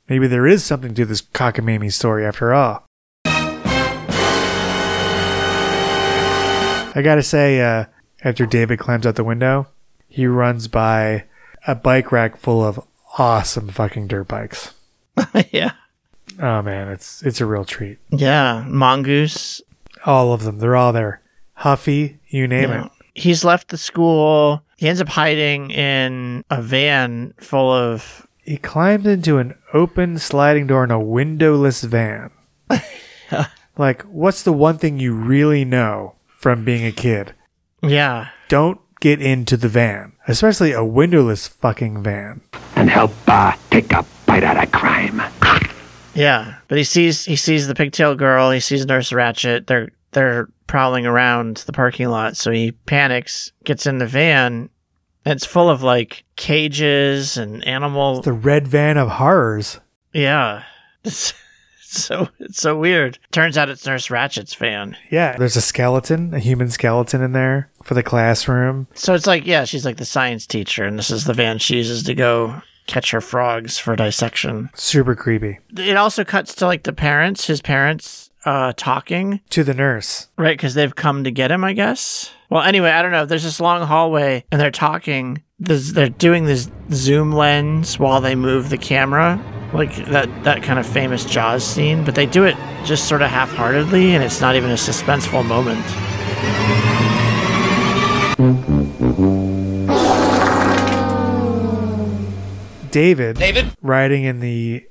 Maybe there is something to this cockamamie story after all. I gotta say, uh, after David climbs out the window, he runs by a bike rack full of awesome fucking dirt bikes.
yeah.
Oh man, it's it's a real treat.
Yeah. Mongoose.
All of them, they're all there. Huffy, you name
Yeah.
it.
He's left the school. He ends up hiding in a van full of.
He climbed into an open sliding door in a windowless van. like, what's the one thing you really know from being a kid?
Yeah.
Don't get into the van, especially a windowless fucking van.
and help uh, take a bite out of crime.
Yeah. But he sees he sees the pigtail girl. He sees Nurse Ratchet. They're they're prowling around the parking lot. So he panics, gets in the van. and It's full of like cages and animal.
The red van of horrors.
yeah. It's, so it's so weird. Turns out it's Nurse Ratchet's fan.
Yeah, there's a skeleton, a human skeleton in there for the classroom.
So it's like, yeah, she's like the science teacher, and this is the van she uses to go catch her frogs for dissection.
Super creepy.
It also cuts to like the parents, his parents, uh, talking
To the nurse.
right? Because they've come to get him, I guess. Well, anyway, I don't know. There's this long hallway, and they're talking. There's, they're doing this zoom lens while they move the camera, like that that kind of famous Jaws scene. But they do it just sort of half-heartedly, and it's not even a suspenseful moment.
David. David. Riding in the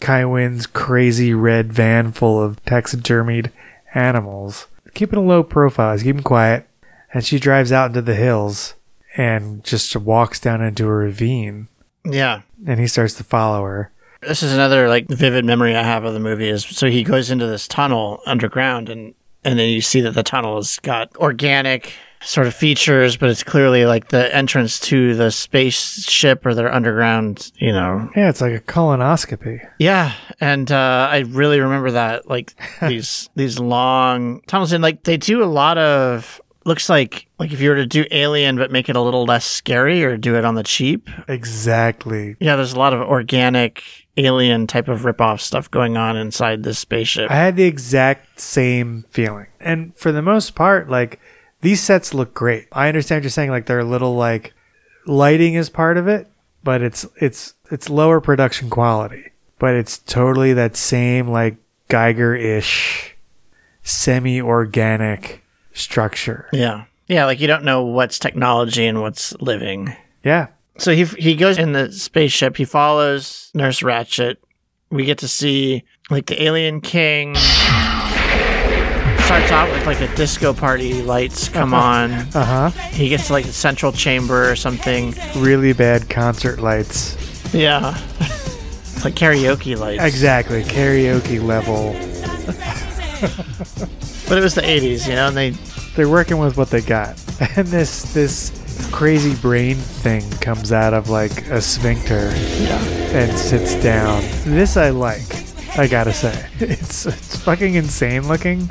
Kaiwin's crazy red van full of taxidermied animals. Keeping a low profile, he's keeping quiet. And she drives out into the hills and just walks down into a ravine.
Yeah.
And he starts to follow her.
this is another like vivid memory I have of the movie is so he goes into this tunnel underground and and then you see that the tunnel has got organic sort of features, but it's clearly like the entrance to the spaceship or their underground, you know.
Yeah, it's like a colonoscopy.
Yeah, and uh, I really remember that like these these long tunnels and like they do a lot of looks like like if you were to do Alien but make it a little less scary or do it on the cheap,
Exactly.
yeah, there's a lot of organic alien type of ripoff stuff going on inside this spaceship.
I had the exact same feeling. And for the most part, like these sets look great. I understand what you're saying, like they're a little like lighting is part of it, but it's it's it's lower production quality. But it's totally that same like Geiger ish semi organic structure.
yeah. Yeah, like you don't know what's technology and what's living.
Yeah.
So he he goes in the spaceship, he follows Nurse Ratchet. We get to see like the alien king starts out with like the disco party lights come on.
Uh huh.
He gets to, like the central chamber or something.
Really bad concert lights.
Yeah. it's like karaoke lights.
Exactly. Karaoke level.
But it was the 80s, you know, and they
they're working with what they got and this this crazy brain thing comes out of like a sphincter and sits down this i like i gotta say it's it's fucking insane looking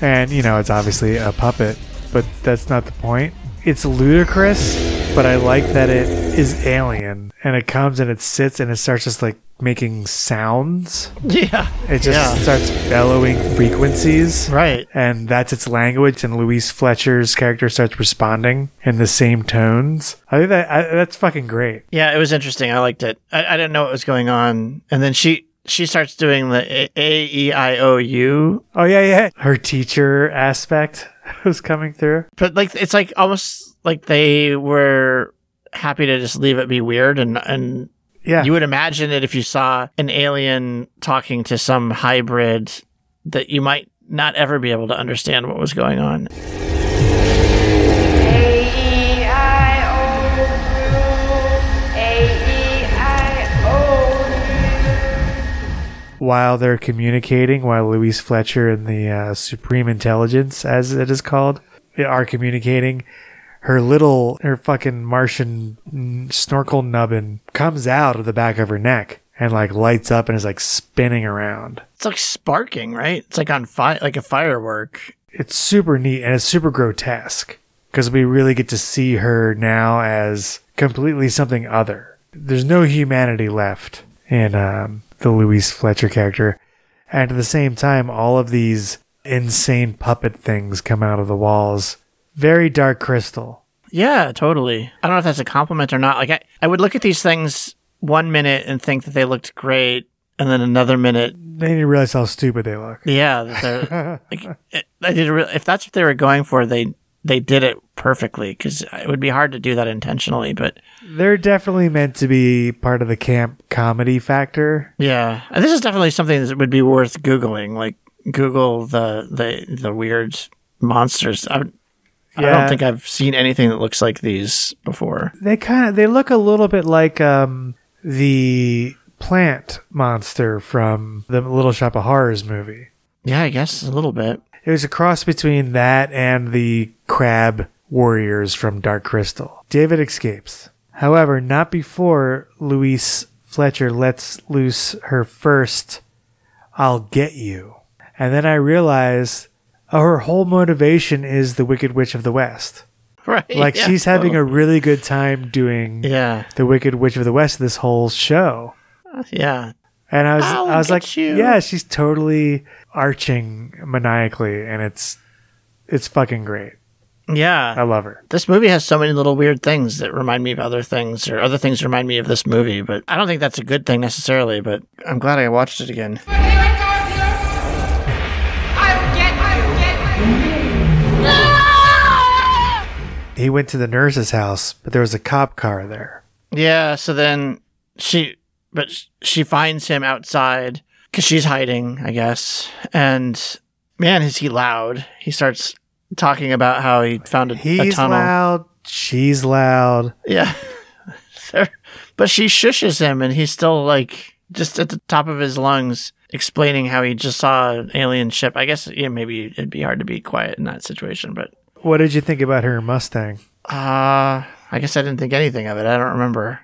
and you know it's obviously a puppet but that's not the point it's ludicrous but i like that it is alien and it comes and it sits and it starts just like making sounds
Yeah.
it just
Yeah.
starts bellowing frequencies.
Right.
And that's its language. And Louise Fletcher's character starts responding in the same tones. I think that I, that's fucking great.
Yeah, it was interesting. I liked it. I, I didn't know what was going on, and then she she starts doing the A E I O U,
Oh yeah, yeah. Her teacher aspect was coming through.
but like it's like almost like they were happy to just leave it be weird and and
Yeah.
you would imagine it if you saw an alien talking to some hybrid that you might not ever be able to understand what was going on.
While they're communicating, while Louise Fletcher and the uh, Supreme Intelligence, as it is called, are communicating, her little her fucking Martian n- snorkel nubbin comes out of the back of her neck and like lights up and is like spinning around.
It's like sparking, right? It's like on fire, like a firework.
it's super neat and it's super grotesque because we really get to see her now as completely something other. There's no humanity left in um, the Louise Fletcher character. And at the same time, all of these insane puppet things come out of the walls. Very dark crystal.
Yeah, totally. I don't know if that's a compliment or not. Like I, I would look at these things one minute and think that they looked great, and then another minute,
They didn't realize how stupid they look.
yeah, that they're like, it, I did. Re- if that's what they were going for, they they did it perfectly because it would be hard to do that intentionally. But
They're definitely meant to be part of the camp comedy factor.
yeah, And this is definitely something that would be worth googling. Like Google the the the weird monsters. I, would- I
Yeah.
don't think I've seen anything that looks like these before.
They kind of they look a little bit like um, the plant monster from the Little Shop of Horrors movie.
Yeah, I guess a little bit.
It was a cross between that and the crab warriors from Dark Crystal. David escapes. However, not before Louise Fletcher lets loose her first I'll get you. And then I realized oh, her whole motivation is the Wicked Witch of the West.
Right.
Like
yeah.
she's having a really good time doing
Yeah.
the Wicked Witch of the West this whole show.
Yeah.
And I was
I'll
I was
get
like,
Oh, you.
yeah, she's totally arching maniacally and it's it's fucking great.
Yeah.
I love her.
This movie has so many little weird things that remind me of other things, or other things remind me of this movie, but I don't think that's a good thing necessarily, but I'm glad I watched it again.
He went to the nurse's house, but there was a cop car there.
Yeah, so then she, but sh- she finds him outside because she's hiding, I guess. And man, is he loud. He starts talking about how he found a, a
He's
tunnel.
loud, she's loud.
Yeah. There- but she shushes him and he's still like just at the top of his lungs explaining how he just saw an alien ship. I guess yeah, maybe it'd be hard to be quiet in that situation, but
What did you think about her Mustang?
uh I guess I didn't think anything of it. I don't remember.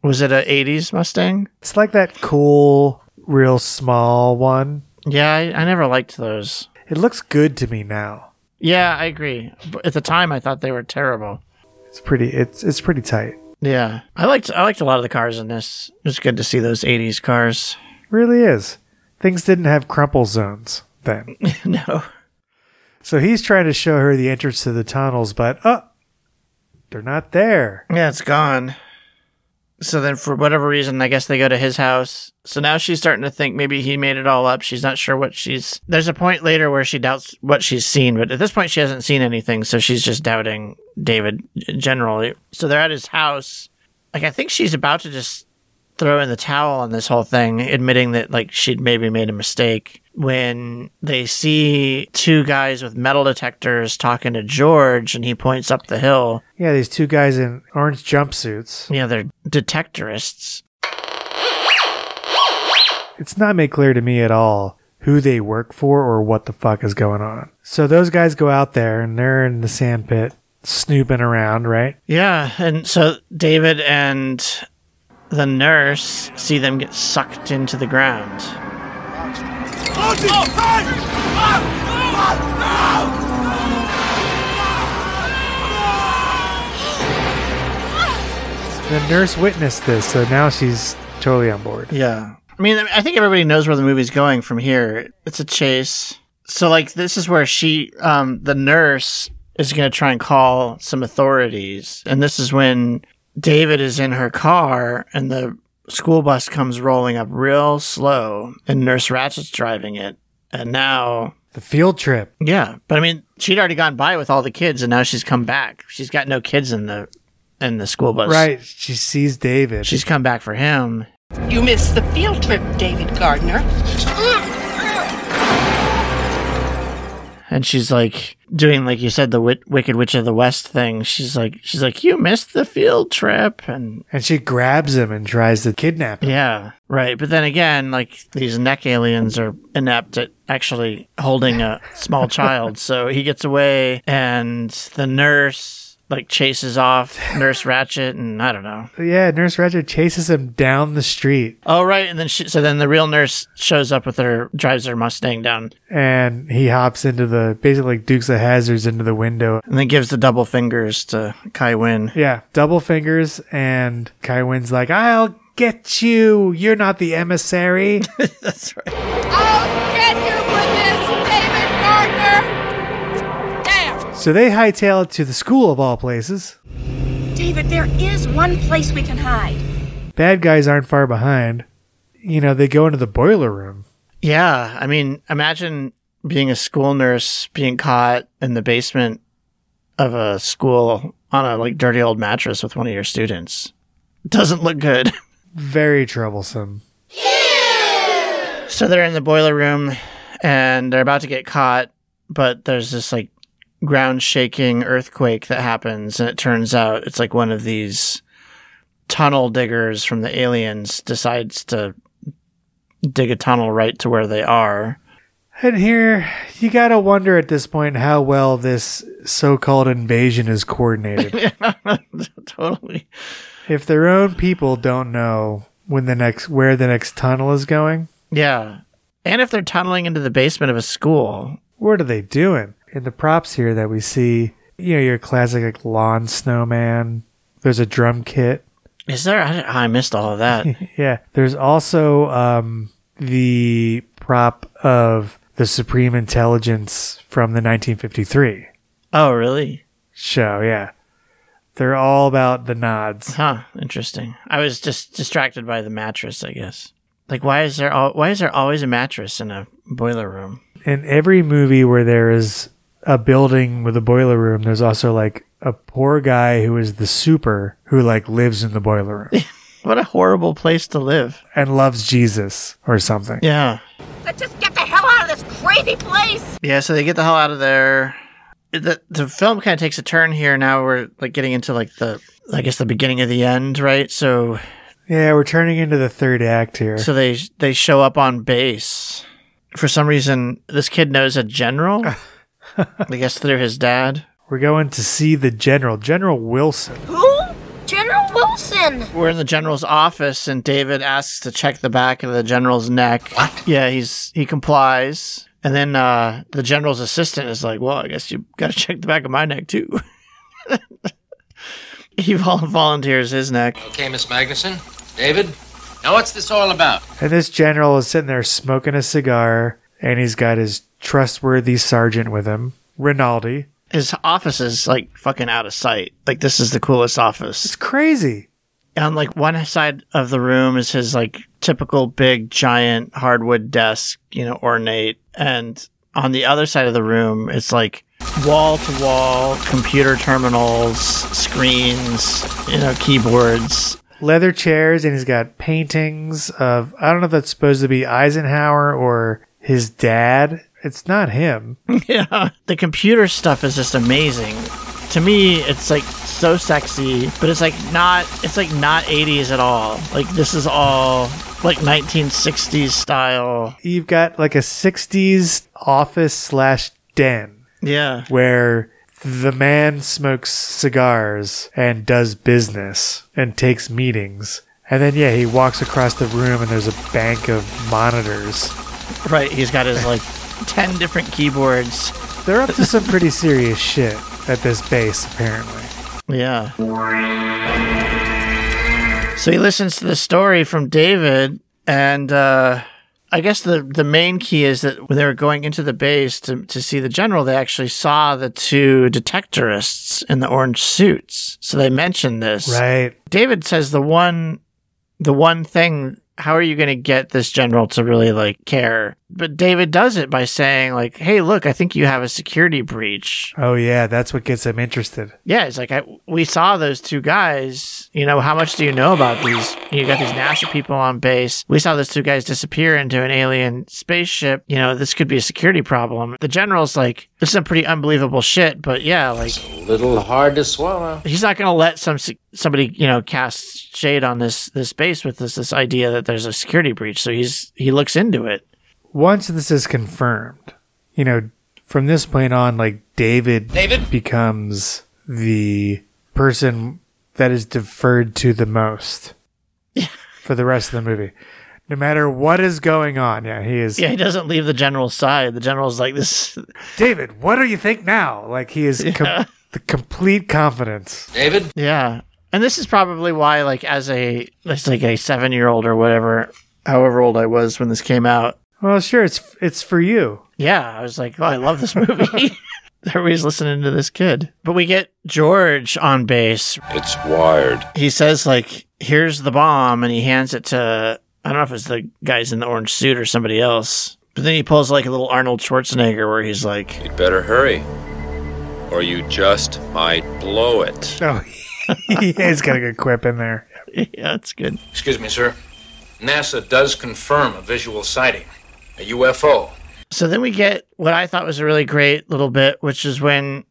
Was it a 80s Mustang?
It's like that cool, real small one.
Yeah, I, I never liked those.
It looks good to me now.
Yeah, I agree. But at the time I thought they were terrible.
It's pretty it's it's pretty tight.
Yeah. I liked I liked a lot of the cars in this. It was good to see those 80s cars.
really is. Things didn't have crumple zones then.
no.
So he's trying to show her the entrance to the tunnels, but oh, they're not there.
Yeah, it's gone. So then, for whatever reason, I guess they go to his house. So now she's starting to think maybe he made it all up. She's not sure what she's. There's a point later where she doubts what she's seen, but at this point, she hasn't seen anything. So she's just doubting David generally. So they're at his house. Like, I think she's about to just throw in the towel on this whole thing, admitting that, like, she'd maybe made a mistake. When they see two guys with metal detectors talking to George and he points up the hill.
Yeah, these two guys in orange jumpsuits.
Yeah, they're detectorists.
It's not made clear to me at all who they work for or what the fuck is going on. So those guys go out there and they're in the sandpit snooping around, right?
Yeah, and so David and the nurse see them get sucked into the ground.
The nurse witnessed this, so now she's totally on board.
Yeah. I mean, I think everybody knows where the movie's going from here. It's a chase. So, like, this is where she, um, the nurse, is going to try and call some authorities. And this is when David is in her car and the school bus comes rolling up real slow and Nurse Ratchet's driving it. And now
The field trip.
Yeah, but I mean, she'd already gone by with all the kids, and now she's come back. She's got no kids in the in the school bus.
Right. She sees David.
She's come back for him.
You missed the field trip, David Gardner.
and she's like doing like you said the wit- wicked witch of the west thing she's like she's like you missed the field trip and
and she grabs him and tries to kidnap him.
yeah right but then again like these neck aliens are inept at actually holding a small child so he gets away and the nurse like chases off nurse ratchet and i don't know
Yeah, Nurse Ratchet chases him down the street
oh right and then she so then the real nurse shows up with her drives her mustang down
and he hops into the basically like Dukes of Hazards into the window.
and then gives the double fingers to kai win
Yeah, double fingers and Kai Wynn's like, I'll get you. You're not the emissary.
that's right
so they hightail it to the school of all places.
David, there is one place we can hide.
Bad guys aren't far behind. You know, they go into the boiler room.
Yeah, I mean, imagine being a school nurse being caught in the basement of a school on a like dirty old mattress with one of your students. Doesn't look good.
Very troublesome.
so they're in the boiler room and they're about to get caught, but there's this like ground shaking earthquake that happens and it turns out it's like one of these tunnel diggers from the aliens decides to dig a tunnel right to where they are.
And here, you gotta wonder at this point how well this so called invasion is coordinated.
totally.
if their own people don't know when the next where the next tunnel is going
Yeah. And if they're tunneling into the basement of a school,
what are they doing? In the props here that we see, you know, your classic like lawn snowman. There's a drum kit.
Is there? I, I missed all of that.
yeah. There's also um, the prop of the Supreme Intelligence from the 1953
oh, really?
show. Yeah. They're all about the nods.
Huh. Interesting. I was just distracted by the mattress. I guess. Like, why is there al- why is there always a mattress in a boiler room?
In every movie where there is a building with a boiler room, there's also like a poor guy who is the super who like lives in the boiler room
What a horrible place to live.
and loves Jesus or something.
Yeah.
Let's just get the hell out of this crazy place!
Yeah, so they get the hell out of there. The the film kind of takes a turn here. Now we're like getting into like the I guess the beginning of the end, right? So
Yeah, we're turning into the third act here.
so they they show up on base. For some reason, this kid knows a general. I guess through his dad.
we're going to see the general, General Wilson.
Who? General Wilson!
We're in the general's office, and David asks to check the back of the general's neck. What? Yeah, he's he complies, and then uh, the general's assistant is like, "Well, I guess you got to check the back of my neck too." he vol- volunteers his neck.
Okay, Miss Magnuson. David, now what's this all about?
And this general is sitting there smoking a cigar, and he's got his trustworthy sergeant with him, Rinaldi.
His office is like fucking out of sight. Like this is the coolest office.
Crazy.
On like one side of the room is his like typical big giant hardwood desk, you know, ornate, and on the other side of the room it's like wall to wall computer terminals, screens, you know, keyboards.
Leather chairs, and he's got paintings of, I don't know if that's supposed to be Eisenhower or his dad. It's not him.
yeah, the computer stuff is just amazing. To me, it's like so sexy, but it's like not it's like not 80s at all. Like this is all like 1960s style.
You've got like a 60s office slash den
Yeah.
where the man smokes cigars and does business and takes meetings. And then, yeah, he walks across the room and there's a bank of monitors.
Right, he's got his like 10 different keyboards.
They're up to some pretty serious shit at this base, apparently.
Yeah. So he listens to the story from David, and uh, I guess the, the main key is that when they were going into the base to, to see the general, they actually saw the two detectorists in the orange suits. So they mentioned this.
Right.
David says the one the one thing how are you going to get this general to really like care? But David does it by saying like, "Hey, look, I think you have a security breach."
Oh, yeah, that's what gets him interested.
Yeah, it's like I, we saw those two guys. You know, how much do you know about these? You got these NASA people on base. We saw those two guys disappear into an alien spaceship. You know, this could be a security problem. The general's like, this is some pretty unbelievable shit, but yeah, like
Little hard to swallow.
he's not going to let some se- somebody you know cast shade on this this base with this this idea that there's a security breach. So he's he looks into it.
Once this is confirmed, you know, from this point on, like, David,
David?
becomes the person that is deferred to the most for the rest of the movie. No matter what is going on, yeah, he is.
Yeah, he doesn't leave the general's side. The general's like this.
David, what do you think now? Like, he is com- the complete confidence.
David?
Yeah. And this is probably why, like, as a as like a seven year old or whatever, however old I was when this came out,
Well, sure, it's it's for you.
yeah, I was like, oh, I love this movie. Everybody's listening to this kid. But we get George on base.
It's wired.
He says, like, here's the bomb, and he hands it to I don't know if it's the guys in the orange suit or somebody else. But then he pulls like a little Arnold Schwarzenegger where he's like,
You'd better hurry, or you just might blow it.
Oh, he's got a good quip in there.
yeah, it's good.
Excuse me, sir. NASA does confirm a visual sighting, a UFO.
So then we get what I thought was a really great little bit, which is when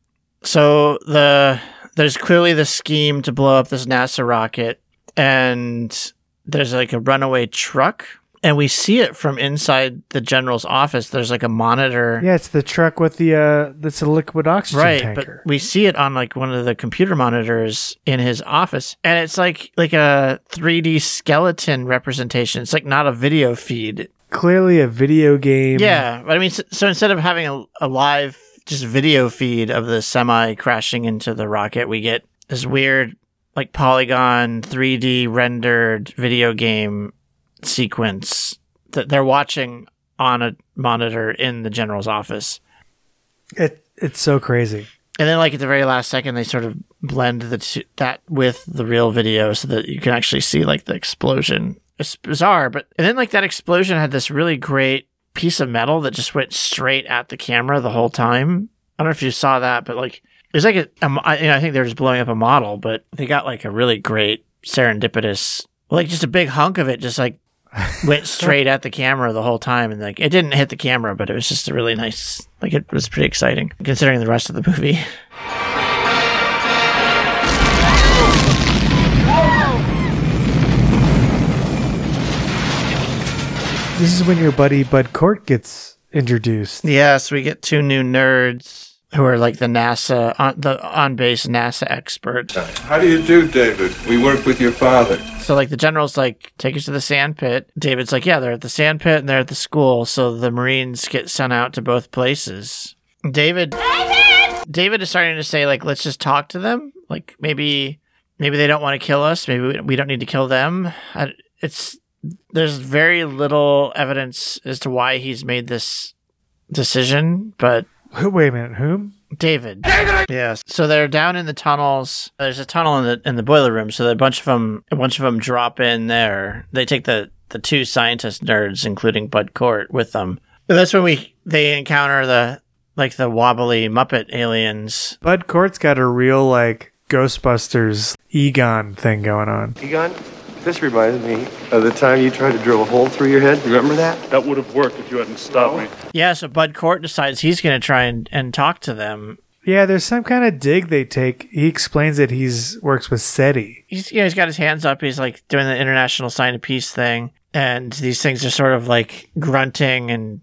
so the there's clearly the scheme to blow up this NASA rocket, and there's like a runaway truck, and we see it from inside the general's office. There's like a monitor.
Yeah, it's the truck with the uh, that's a liquid oxygen
Right,
tanker.
but we see it on like one of the computer monitors in his office, and it's like like a 3D skeleton representation. It's like not a video feed.
clearly a video game.
Yeah, but I mean, so, so instead of having a, a live just video feed of the semi crashing into the rocket, we get this weird like polygon 3D rendered video game sequence that they're watching on a monitor in the general's office.
It it's so crazy.
And then, like at the very last second, they sort of blend the two, that with the real video so that you can actually see like the explosion. It's bizarre, but and then like that explosion had this really great piece of metal that just went straight at the camera the whole time. I don't know if you saw that, but like it was like a, a I, you know, I think they're just blowing up a model, but they got like a really great serendipitous, like just a big hunk of it, just like went straight at the camera the whole time, and like it didn't hit the camera, but it was just a really nice, like it was pretty exciting considering the rest of the movie.
This is when your buddy Bud Cort gets introduced.
Yes, we get two new nerds who are like the NASA on the on base NASA expert.
How do you do, David? We work with your father.
So like the general's like, take us to the sand pit. David's like, yeah, they're at the sand pit and they're at the school. So the Marines get sent out to both places. David, David, David is starting to say like, let's just talk to them. Like maybe maybe they don't want to kill us. Maybe we- we don't need to kill them. I, it's there's very little evidence as to why he's made this decision, but
Who- Wait a minute, whom?
David. David. Yes. So they're down in the tunnels. There's a tunnel in the in the boiler room. So a bunch of them, a bunch of them drop in there. They take the the two scientist nerds, including Bud Cort, with them. And that's when we they encounter the like the wobbly Muppet aliens.
Bud Cort's got a real like Ghostbusters Egon thing going on.
Egon, this reminds me of the time you tried to drill a hole through your head. Remember that?
That would have worked if you hadn't stopped me.
Yeah. So Bud Cort decides he's going to try and and talk to them.
Yeah, there's some kind of dig they take. He explains that he's works with SETI.
He's you know he's got his hands up. He's like doing the international sign of peace thing, and these things are sort of like grunting and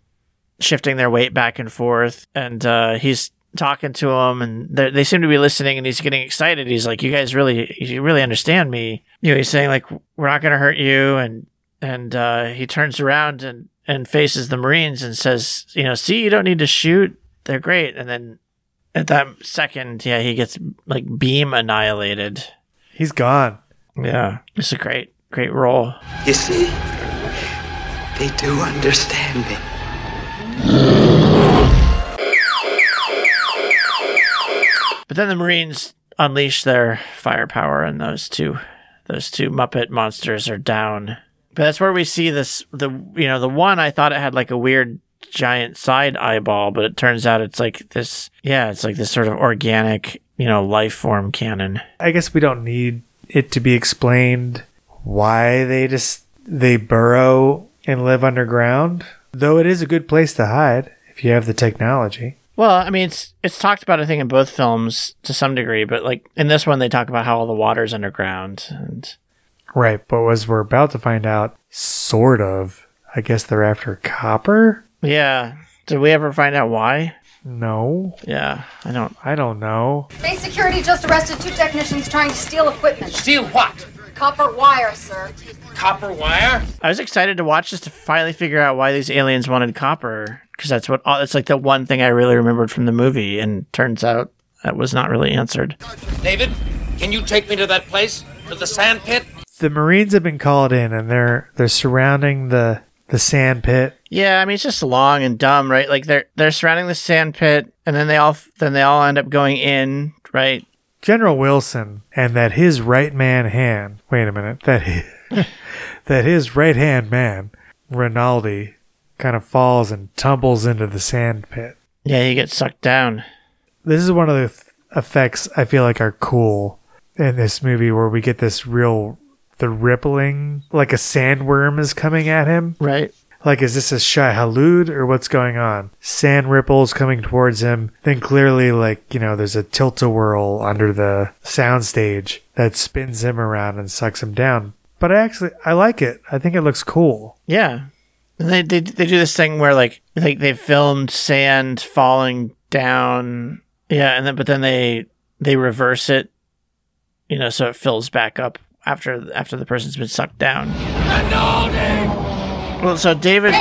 shifting their weight back and forth. And uh, he's talking to them, and they they seem to be listening. And he's getting excited. He's like, "You guys really, you really understand me." You know, he's saying like, "We're not going to hurt you," and and uh, he turns around and and faces the Marines and says, "You know, see, you don't need to shoot. They're great." And then at that second, yeah, he gets like beam annihilated.
He's gone.
Yeah, it's a great, great role.
You see, they do understand me.
But then the Marines unleash their firepower, and those two, those two Muppet monsters are down. But that's where we see this. The you know the one I thought it had like a weird giant side eyeball, but it turns out it's like this. Yeah, it's like this sort of organic you know life form cannon.
I guess we don't need it to be explained why they just they burrow and live underground. Though it is a good place to hide if you have the technology.
Well, I mean, it's it's talked about I think in both films to some degree, but like in this one they talk about how all the water's underground and
Right, but as we're about to find out, sort of. I guess they're after copper?
yeah. Did we ever find out why?
No.
Yeah, I don't.
I don't know.
Base security just arrested two technicians trying to steal equipment.
Steal what?
Copper wire, sir.
Copper wire?
I was excited to watch this to finally figure out why these aliens wanted copper because that's what all, that's like the one thing I really remembered from the movie, and turns out that was not really answered.
David, can you take me to that place? To the sand pit?
The Marines have been called in and they're they're surrounding the the sand pit.
Yeah, I mean it's just long and dumb, right? Like they're they're surrounding the sand pit, and then they all then they all end up going in, right?
General Wilson and that his right man hand wait a minute, that hi- that his right hand man, Rinaldi, kind of falls and tumbles into the sand pit.
Yeah, you get sucked down.
this is one of the th- effects I feel like are cool in this movie where we get this real the rippling like a sandworm is coming at him.
Right.
Like is this a shy halud or what's going on? Sand ripples coming towards him. Then clearly like, you know, there's a tilt a whirl under the soundstage that spins him around and sucks him down. But I actually I like it. I think it looks cool.
Yeah. And they, they they do this thing where like like they filmed sand falling down. Yeah, and then but then they they reverse it, you know, so it fills back up after after the person's been sucked down. Well, so David,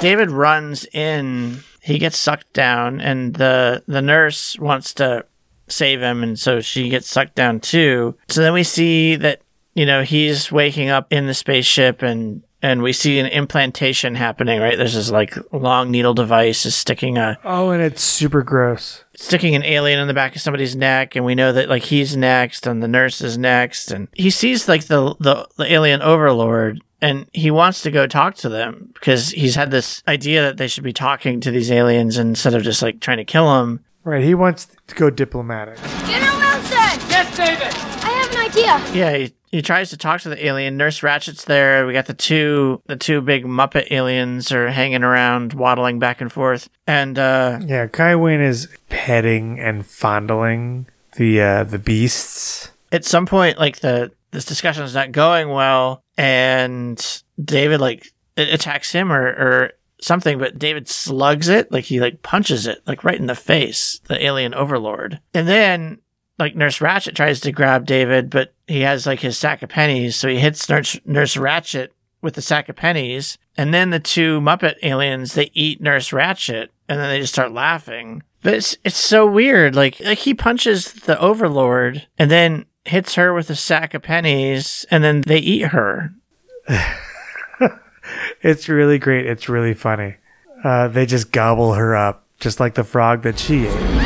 David runs in. He gets sucked down, and the the nurse wants to save him, and so she gets sucked down too. So then we see that you know he's waking up in the spaceship, and and we see an implantation happening. Right, there's this like long needle device is sticking a
Oh, and it's super gross.
sticking an alien in the back of somebody's neck and we know that like he's next and the nurse is next and he sees like the the, the alien overlord and he wants to go talk to them because he's had this idea that they should be talking to these aliens instead of just like trying to kill them
Right, he wants to go diplomatic.
General Wilson! Yes, David! I have an idea.
yeah he, he tries to talk to the alien nurse ratchet's there we got the two the two big muppet aliens are hanging around waddling back and forth and uh
Yeah, Kai Wynn is petting and fondling the uh, the beasts.
at some point like the this discussion is not going well and david like it attacks him or or something but david slugs it like he like punches it like right in the face the alien overlord and then like nurse ratchet tries to grab david but he has like his sack of pennies so he hits nurse nurse ratchet with the sack of pennies and then the two muppet aliens they eat nurse ratchet and then they just start laughing but it's it's so weird. Like like he punches the overlord and then hits her with a sack of pennies and then they eat her.
It's really great. It's really funny. Uh, they just gobble her up, just like the frog that she ate.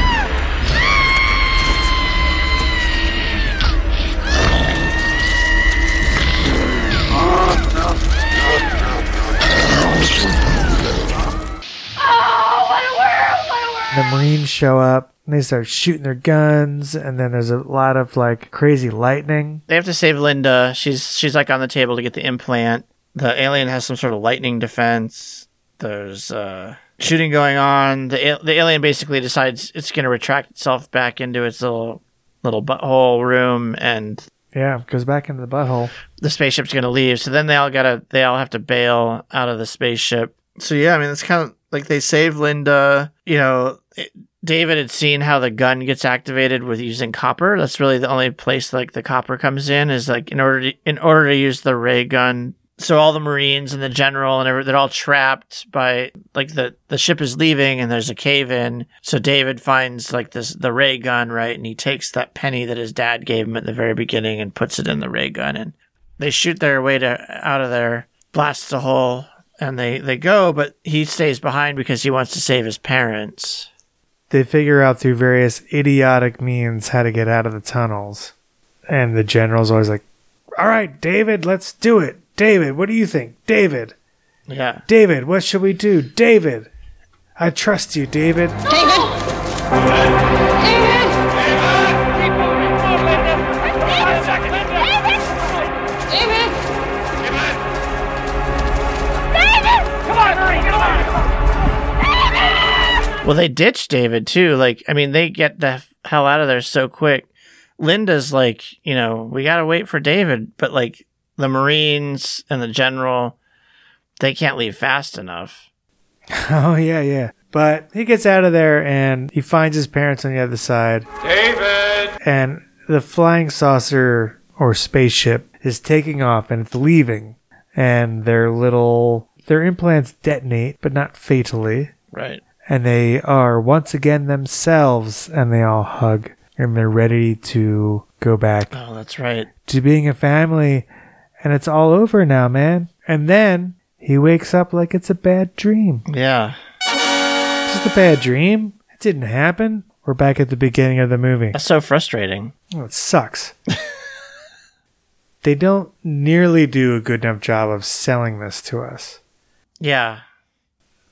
The Marines show up and they start shooting their guns, and then there's a lot of like crazy lightning.
They have to save Linda. She's she's like on the table to get the implant. The alien has some sort of lightning defense. There's uh shooting going on. The al- the alien basically decides it's going to retract itself back into its little little butthole room and
Yeah, goes back into the butthole.
the spaceship's going to leave. So then they all gotta they all have to bail out of the spaceship. So yeah, I mean it's kind of like they save Linda. You know, it- David had seen how the gun gets activated with using copper. That's really the only place like the copper comes in is like in order to, in order to use the ray gun. So all the Marines and the general and every, they're all trapped by like the the ship is leaving and there's a cave in. So David finds like this the ray gun right, and he takes that penny that his dad gave him at the very beginning and puts it in the ray gun and they shoot their way to out of there, blasts a hole, and they they go. But he stays behind because he wants to save his parents.
They figure out through various idiotic means how to get out of the tunnels. And the general's always like, All right, David, let's do it. David, what do you think? David,
Yeah,
David, what should we do? David, I trust you, David.
David!
Well, they ditch David too. Like, I mean, they get the f- hell out of there so quick. Linda's like, you know, we got to wait for David, but like the Marines and the general, they can't leave fast enough.
Oh, yeah, yeah. But he gets out of there and he finds his parents on the other side.
David!
And the flying saucer or spaceship is taking off and it's leaving. And their little, their implants detonate, but not fatally.
Right.
and they are once again themselves and they all hug and they're ready to go back
Oh, that's right.
to being a family and it's all over now man and then he wakes up like it's a bad dream
Yeah.
it's just a bad dream it didn't happen we're back at the beginning of the movie
That's so frustrating.
oh, it sucks they don't nearly do a good enough job of selling this to us
Yeah.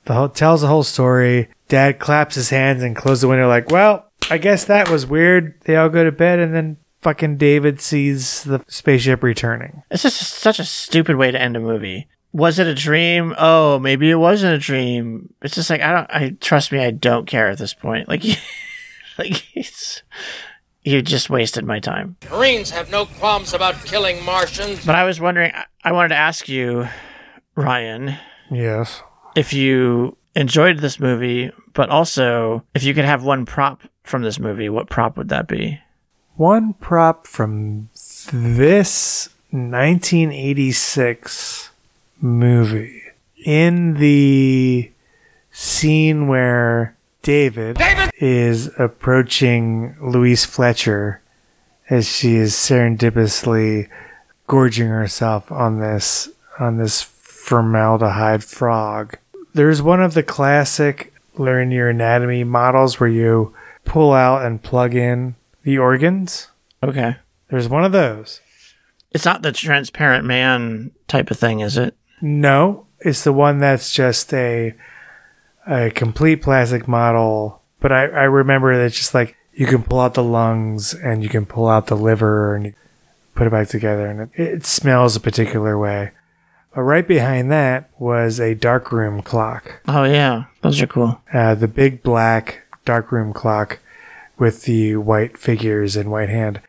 the whole, tells the whole story. Dad claps his hands and closes the window, like, "Well, I guess that was weird." They all go to bed, and then fucking David sees the spaceship returning.
It's just such a stupid way to end a movie. Was it a dream? Oh, maybe it wasn't a dream. It's just like I don't. I trust me. I don't care at this point. Like, like it's you just wasted my time.
Marines have no qualms about killing Martians.
But I was wondering. I- I wanted to ask you, Ryan,
Yes.
if you enjoyed this movie, but also if you could have one prop from this movie, what prop would that be?
One prop from this 1986 movie in the scene where David,
David!
is approaching Louise Fletcher as she is serendipitously gorging herself on this on this formaldehyde frog. There's one of the classic learn your anatomy models where you pull out and plug in the organs.
Okay.
There's one of those.
It's not the transparent man type of thing, is it?
No, it's the one that's just a a complete plastic model. But I, I remember that it's just like you can pull out the lungs and you can pull out the liver and you put it back together and it, it smells a particular way. But right behind that was a darkroom clock.
Oh yeah, those are cool.
Uh, the big black darkroom clock with the white figures and white hand.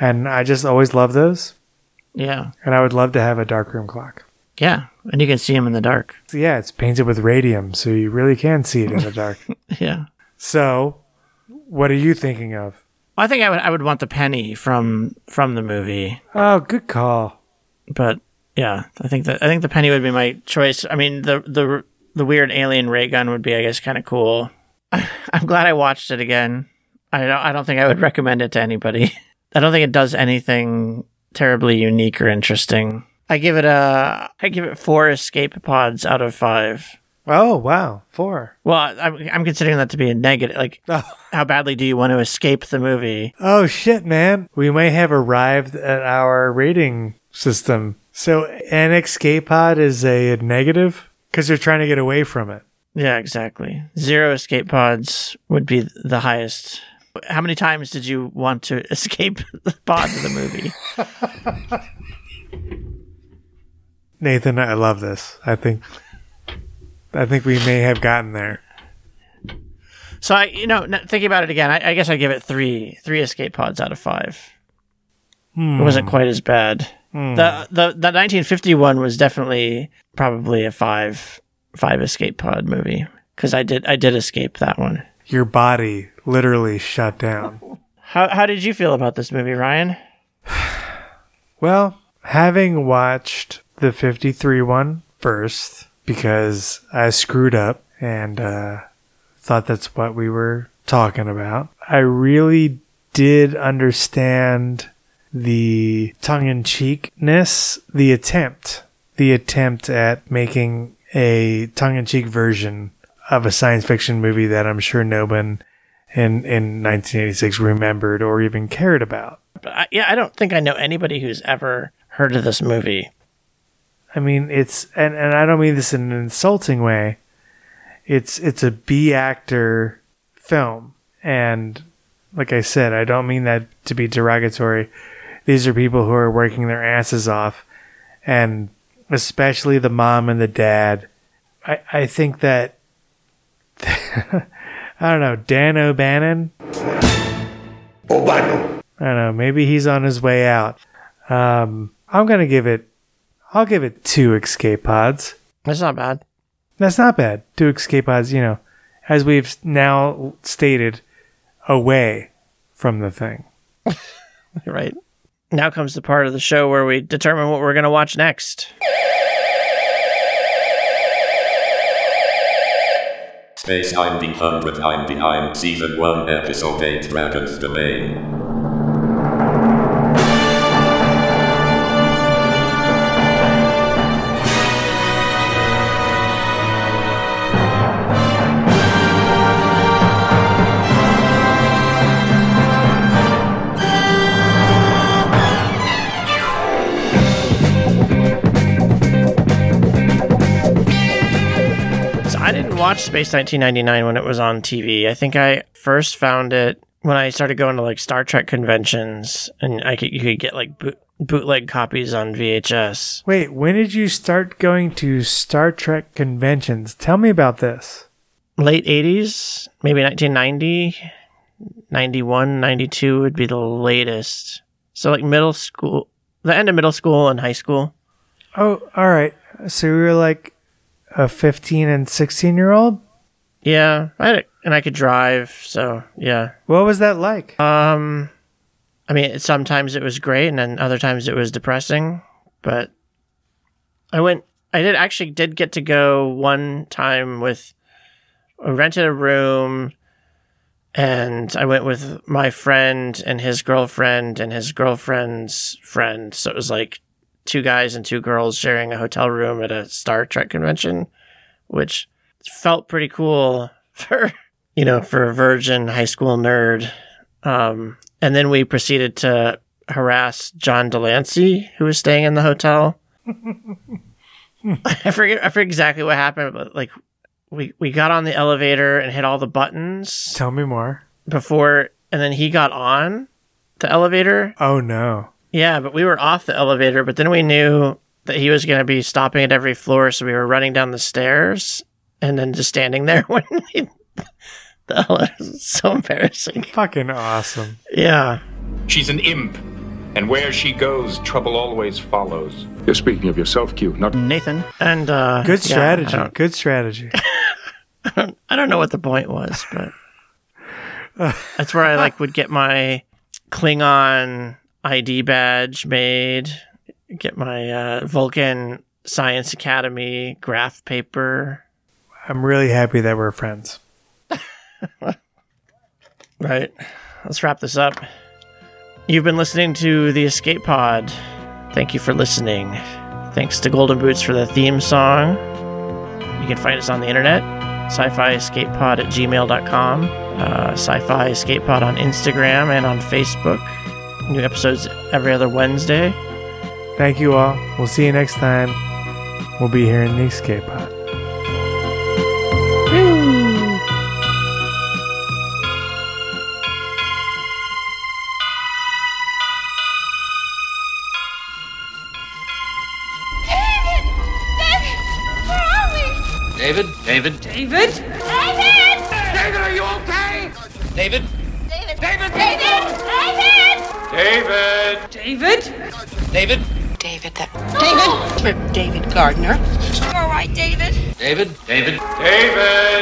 And I just always love those.
Yeah,
And I would love to have a darkroom clock.
yeah, and you can see him in the dark.
So yeah, it's painted with radium, so you really can see it in the dark.
Yeah,
so, what are you thinking of?
I think I would I would want the penny from from the movie,
Oh, good call.
but yeah, I think that I think the penny would be my choice. I mean, the the the weird alien ray gun would be, I guess, kind of cool. I'm glad I watched it again. I don't I don't think I would recommend it to anybody. I don't think it does anything terribly unique or interesting. I give it a I give it four escape pods out of five.
Oh, wow. Four.
Well, I'm, I'm considering that to be a negative. Like, how badly do you want to escape the movie?
Oh, shit, man. We may have arrived at our rating system. So, an escape pod is a negative because you're trying to get away from it.
Yeah, exactly. Zero escape pods would be the highest. How many times did you want to escape the pods of the movie?
Nathan, I love this. I think. I think we may have gotten there.
so I, you know, n- thinking about it again, I, I guess I give it three, three escape pods out of five.
Hmm.
It wasn't quite as bad.
Hmm.
The the the 1951 was definitely probably a five five escape pod movie because I did I did escape that one.
Your body literally shut down.
How how did you feel about this movie, Ryan?
Well, having watched the 53 one first, because I screwed up and uh, thought that's what we were talking about, I really did understand the tongue in cheekness, the attempt, the attempt at making a tongue in cheek version of a science fiction movie that I'm sure no one in, in 1986 remembered or even cared about.
But I, yeah, I don't think I know anybody who's ever heard of this movie.
I mean, it's and, and I don't mean this in an insulting way. It's it's a B actor film, and like I said, I don't mean that to be derogatory. These are people who are working their asses off, and especially the mom and the dad. I I think that I don't know Dan O'Bannon. O'Bannon. I don't know. Maybe he's on his way out. Um, I'm gonna give it I'll give it two escape pods.
That's not bad.
That's not bad. Two escape pods, you know, as we've now stated, away from the thing.
You're right. Now comes the part of the show where we determine what we're going to watch next.
Space 1999, Season 1, Episode 8, Dragon's Domain.
So I didn't watch Space 1999 when it was on TV. I think I first found it when I started going to like Star Trek conventions, and I could you could get like boot, bootleg copies on VHS.
Wait, when did you start going to Star Trek conventions? Tell me about this.
Late 80s, maybe 1990, 91, 92 would be the latest. So like middle school, the end of middle school and high school.
Oh, all right. So we were like a 15 and 16 year old?
Yeah, I had it, and I could drive. So yeah,
What was that like?
Um, I mean, sometimes it was great, and then other times it was depressing. But I went. I did actually did get to go one time with I rented a room and I went with my friend and his girlfriend and his girlfriend's friend. So it was like two guys and two girls sharing a hotel room at a Star Trek convention, which felt pretty cool for you know, for a virgin high school nerd. Um, and then we proceeded to harass John Delancey, who was staying in the hotel. I forget I forget exactly what happened, but like we we got on the elevator and hit all the buttons.
Tell me more.
Before and then he got on the elevator.
Oh no.
Yeah, but we were off the elevator, but then we knew that he was going to be stopping at every floor, so we were running down the stairs and then just standing there when he that was so embarrassing.
Fucking awesome.
Yeah.
She's an imp, and where she goes, trouble always follows.
You're speaking of yourself, Q, not
Nathan. And uh,
good strategy. Yeah, good strategy.
I, don't, I don't know what the point was, but that's where I like would get my Klingon ID badge made, get my uh, Vulcan Science Academy graph paper.
I'm really happy that we're friends.
right. Let's wrap this up. You've been listening to The Escape Pod. Thank you for listening. Thanks to Golden Boots for the theme song. You can find us on the internet, sci fi escape pod at gmail.com, uh, sci fi escape pod on Instagram and on Facebook. New episodes every other Wednesday.
Thank you all. We'll see you next time. We'll be here in the escape pod.
David? David?
David? David!
David, are you okay?
David?
David! David! David!
David!
David!
David!
David, that.
David! Trip David Gardner.
All right, David.
David! David!
David!